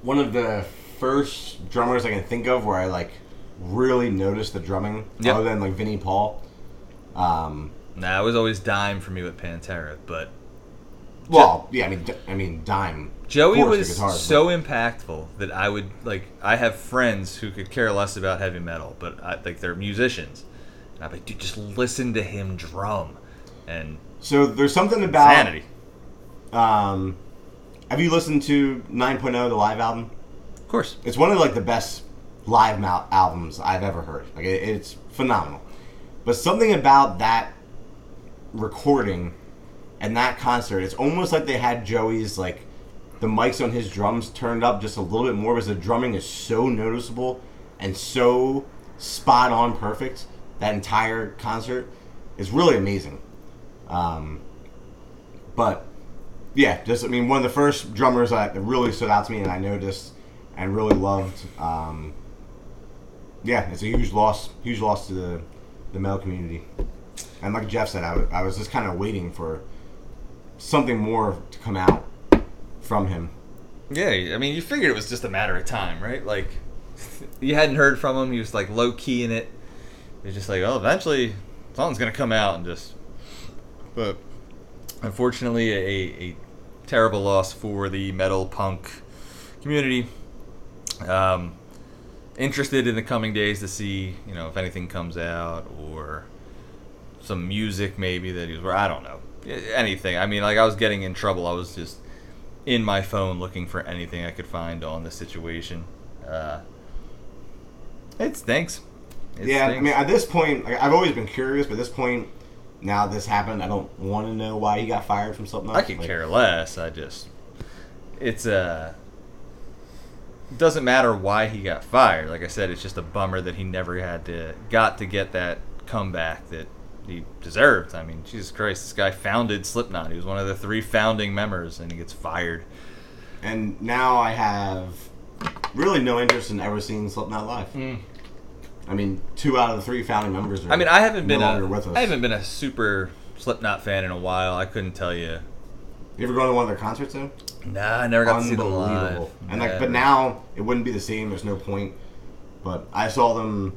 S1: one of the first drummers I can think of where I like really noticed the drumming,
S2: Yep.
S1: other than like Vinnie Paul. Um,
S2: Nah, it was always dime for me with Pantera, but
S1: well, yeah, I mean, D- I mean, Dime. of
S2: Joey
S1: course, the
S2: was
S1: guitar, but-
S2: so impactful that I would like I have friends who could care less about heavy metal, but I, like they're musicians, and I'm like, dude, just listen to him drum, and
S1: So there's something about
S2: sanity.
S1: Um, have you listened to 9.0, the live album?
S2: Of course,
S1: It's one of like the best live mou- albums I've ever heard. Like it, it's phenomenal. But something about that recording and that concert, it's almost like they had Joey's like the mics on his drums turned up just a little bit more because the drumming is so noticeable and so spot on perfect. That entire concert is really amazing. Um, but yeah, just I mean, one of the first drummers that really stood out to me and I noticed and really loved. Um, yeah, it's a huge loss, huge loss to the the metal community. And like Jeff said, I wa- I was just kind of waiting for something more to come out from him.
S2: Yeah, I mean, you figured it was just a matter of time, right? Like, you hadn't heard from him. He was like low key in it. It was just like, oh, eventually something's gonna come out and just. But unfortunately, a, a terrible loss for the metal punk community. Um, interested in the coming days to see, you know, if anything comes out or some music maybe that he was. I don't know anything. I mean, like I was getting in trouble. I was just in my phone looking for anything I could find on the situation. Uh, it stinks. It
S1: yeah,
S2: stinks.
S1: I mean, at this point, like, I've always been curious, but at this point, now this happened, I don't want to know why he got fired from something.
S2: I could
S1: like,
S2: care less. I just, it's Uh, doesn't matter why he got fired. Like I said, it's just a bummer that he never had to got to get that comeback that he deserved. I mean, Jesus Christ, this guy founded Slipknot. He was one of the three founding members, and he gets fired.
S1: And now I have really no interest in ever seeing Slipknot live. I mean, two out of the three founding members. Are
S2: I mean, I haven't
S1: no
S2: been
S1: longer
S2: a,
S1: with us.
S2: I haven't been a super Slipknot fan in a while. I couldn't tell you.
S1: You ever go to one of their concerts though?
S2: Nah, I never got to see them live.
S1: Unbelievable. And like,
S2: Yeah.
S1: but now it wouldn't be the same. There's no point. But I saw them.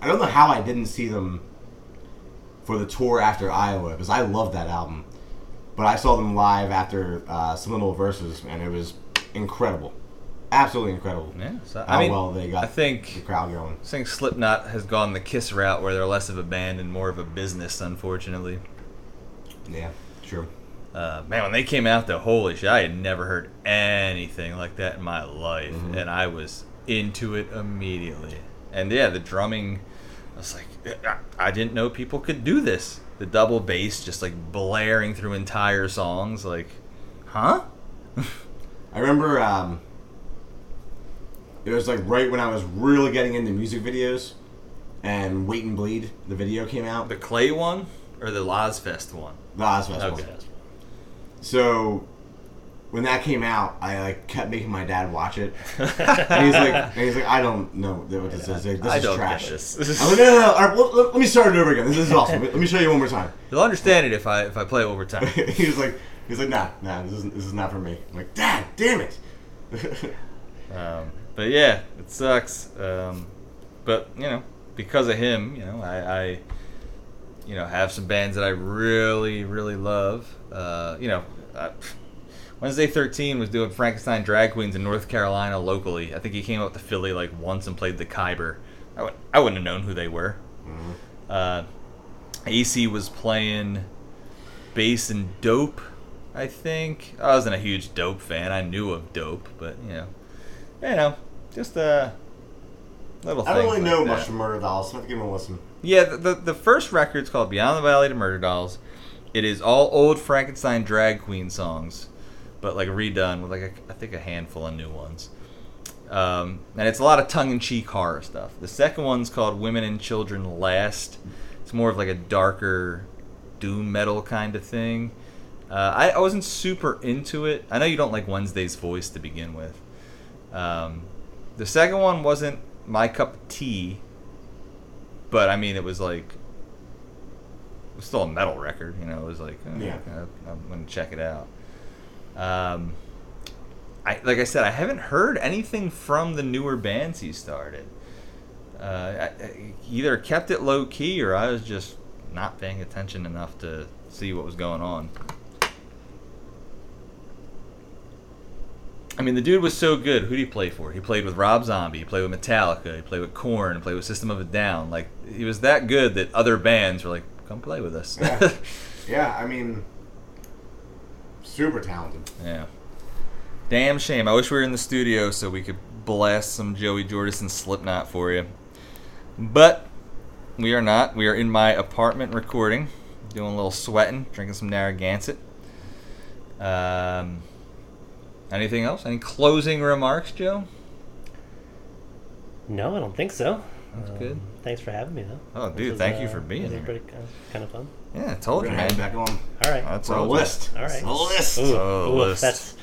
S1: I don't know how I didn't see them for the tour after Iowa because I love that album. But I saw them live after uh, Seminole Verses, and it was incredible, absolutely incredible.
S2: yeah, so,
S1: How
S2: I mean,
S1: well they got
S2: I
S1: the
S2: think
S1: crowd going.
S2: I think Slipknot has gone the Kiss route, where they're less of a band and more of a business. Unfortunately,
S1: Yeah, sure.
S2: uh, man, when they came out, though, holy shit, I had never heard anything like that in my life,
S1: Mm-hmm.
S2: and I was into it immediately. And yeah, the drumming, I was like, I- I didn't know people could do this. The double bass just like blaring through entire songs, like, huh?
S1: I remember um, it was like right when I was really getting into music videos, and Wait and Bleed, the video came out.
S2: The Clay one or the Lazfest one?
S1: The Oz Festival.
S2: Okay.
S1: So when that came out, I like kept making my dad watch it, and he's like, and he's like, I don't know what this is. Like, this
S2: I
S1: is
S2: don't
S1: trash.
S2: get this.
S1: I'm like, no, no, no. All right, well, let, let me start it over again. This is awesome. Let me show you one more time.
S2: You'll understand it if I if I play it over time.
S1: he was like, he's like, nah, nah, this is this is not for me. I'm like, Dad, damn it.
S2: Um, but yeah, it sucks. Um, but you know, because of him, you know, I, I you know have some bands that I really really love. Uh, you know, uh, Wednesday Thirteen was doing Frankenstein Drag Queens in North Carolina locally. I think he came up to Philly like once and played the Khyber. I w- I wouldn't have known who they were. Uh, AC was playing bass and dope. I think I wasn't a huge dope fan. I knew of dope, but you know, you know, just uh, little.
S1: I don't
S2: things
S1: really
S2: like
S1: know
S2: that.
S1: much from Murder Dolls. So I have to give him a listen.
S2: Yeah, the, the the first record's called Beyond the Valley to Murder Dolls. It is all old Frankenstein drag queen songs, but like redone with like a, I think a handful of new ones. Um, and it's a lot of tongue-in-cheek horror stuff. The second one's called Women and Children Last. It's more of like a darker doom metal kind of thing. Uh, I, I wasn't super into it. I know you don't like Wednesday's voice to begin with. Um, the second one wasn't my cup of tea, but I mean, it was like it was still a metal record, you know. It was like, eh,
S1: Yeah.
S2: I, am gonna check it out. Um, I like I said, I haven't heard anything from the newer bands he started. Uh, I, I either kept it low key or I was just not paying attention enough to see what was going on. I mean, the dude was so good. Who would he play for? He played with Rob Zombie. He played with Metallica. He played with Korn. He played with System of a Down. Like he was that good that other bands were like, "Come play with us."
S1: Yeah. Yeah, I mean, super talented.
S2: yeah. Damn shame. I wish we were in the studio so we could blast some Joey Jordison Slipknot for you. But we are not. We are in my apartment recording, doing a little sweating, drinking some Narragansett. Um, anything else? Any closing remarks, Joe?
S3: No, I don't think so. Um,
S2: That's good.
S3: Thanks for having me, though.
S2: Oh,
S3: This
S2: dude,
S3: was,
S2: thank you
S3: uh,
S2: for being
S3: this was
S2: here.
S3: Pretty, uh, kind of fun.
S2: Yeah, I
S1: We're
S2: told you,
S1: gonna have him
S2: man.
S1: back on
S3: All right.
S2: That's
S1: for a
S2: all.
S1: list.
S3: All right.
S1: For a list.
S3: Ooh,
S2: Oh,
S3: ooh,
S2: list.
S3: that's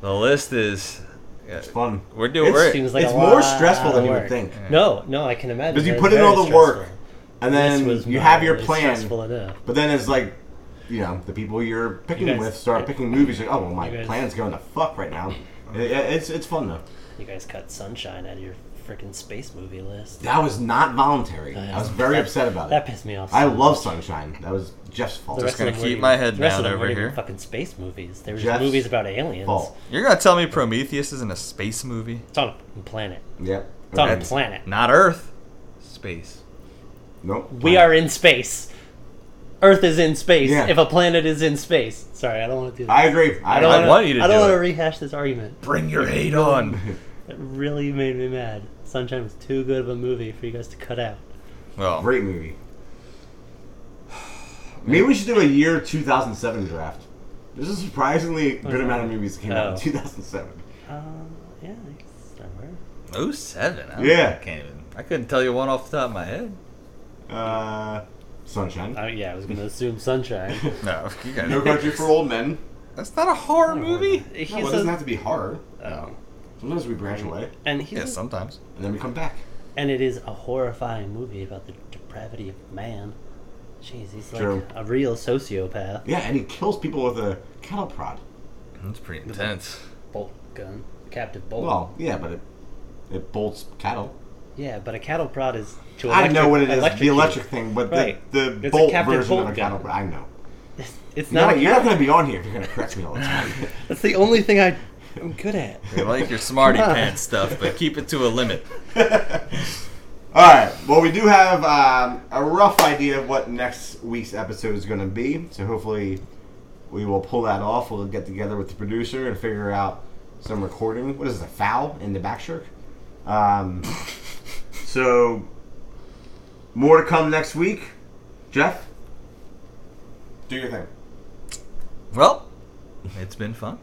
S2: The list is.
S1: It's fun.
S2: We're doing. We're,
S3: seems like
S1: it's
S3: a
S1: more
S3: lot
S1: stressful than
S3: of
S1: you would
S3: work.
S1: think.
S3: no, no. I can imagine
S1: Because you
S3: Very,
S1: put in
S3: very
S1: all the work,
S3: stressful.
S1: and
S3: This
S1: then
S3: was
S1: you have your
S3: mildly Stressful
S1: plan.
S3: enough.
S1: But then it's like, you know, the people you're picking
S3: guys-
S1: with start picking movies. Like, oh, well, my
S3: you guys-
S1: plan's going to fuck right now. Yeah, yeah, it's it's fun though.
S3: You guys cut sunshine out of your freaking space movie list.
S1: That was not voluntary. I was very
S3: Oh, That-
S1: upset about
S3: That
S1: it.
S3: pissed me off.
S1: I
S3: so
S1: love
S3: much.
S1: Sunshine. That was Jeff's fault.
S3: The rest of
S2: gonna
S3: them
S2: keep
S3: weren't even-
S2: my head
S3: the rest of
S2: down
S3: them
S2: over
S3: weren't even
S2: here.
S3: Fucking space movies. They were just
S1: Jeff's
S3: movies about aliens.
S1: fault.
S2: You're gonna tell me Prometheus isn't a space movie?
S3: It's on a planet.
S1: Yep.
S3: It's on a
S1: Okay.
S3: planet.
S2: Not Earth. Space.
S1: Nope.
S3: We are in space. Earth is in space.
S1: Yeah.
S3: If a planet is in space, sorry, I don't want to do that.
S1: I agree. I,
S3: I don't
S2: I
S3: wanna,
S2: want you to
S3: I don't
S2: do
S3: wanna
S2: it.
S3: rehash this argument.
S2: Bring your hate on.
S3: It really made me mad. Sunshine was too good of a movie for you guys to cut out.
S2: Well,
S1: Great movie. Maybe we should do a year 2007 draft. There's a surprisingly good amount of movies that came out in
S3: Oh.
S1: 2007.
S3: Um, yeah, I guess somewhere.
S2: 07. I don't-
S1: Yeah.
S2: oh, I can't even. I couldn't tell you one off the top of my head.
S1: Uh, Sunshine.
S3: Oh, yeah, I was gonna assume Sunshine.
S2: No, you got
S1: No Country for Old Men.
S2: That's not a horror movie.
S3: He's
S1: No, it doesn't have to be horror.
S3: oh.
S1: Sometimes we branch away
S3: and he's
S2: Yeah, sometimes.
S1: and then we come back.
S3: and it is a horrifying movie about the depravity of man. Jeez, he's
S1: True.
S3: like a real sociopath.
S1: Yeah, and he kills people with a cattle prod.
S2: That's pretty intense.
S3: Bolt gun, captive bolt.
S1: Well, yeah, but it it bolts cattle.
S3: yeah, but a cattle prod is. To
S1: I know what it is, the
S3: electrocute.
S1: electric thing, but
S3: Right.
S1: the,
S3: It's a
S1: the bolt
S3: captive
S1: version
S3: bolt
S1: of a
S3: gun.
S1: cattle prod. I know.
S3: It's
S1: No,
S3: not. a
S1: you're not
S3: cattle-
S1: going to be on here if you're going to correct me all the time.
S3: That's the only thing I, I'm good at.
S2: I like your smarty pants stuff, but keep it to a limit.
S1: All right. Well, we do have um, a rough idea of what next week's episode is going to be. So hopefully, we will pull that off. We'll get together with the producer and figure out some recording. What is it, a foul in the back shirt? Um, so more to come next week. Jeff, do your thing.
S2: Well, it's been fun.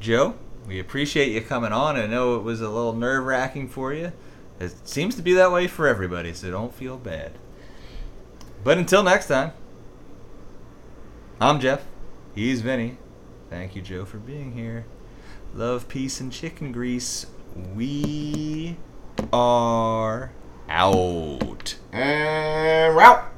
S2: Joe, we appreciate you coming on. I know it was a little nerve wracking for you. It seems to be that way for everybody, so don't feel bad. But until next time, I'm Jeff. He's Vinny. Thank you, Joe, for being here. Love, peace, and chicken grease. We are out.
S1: And we're out.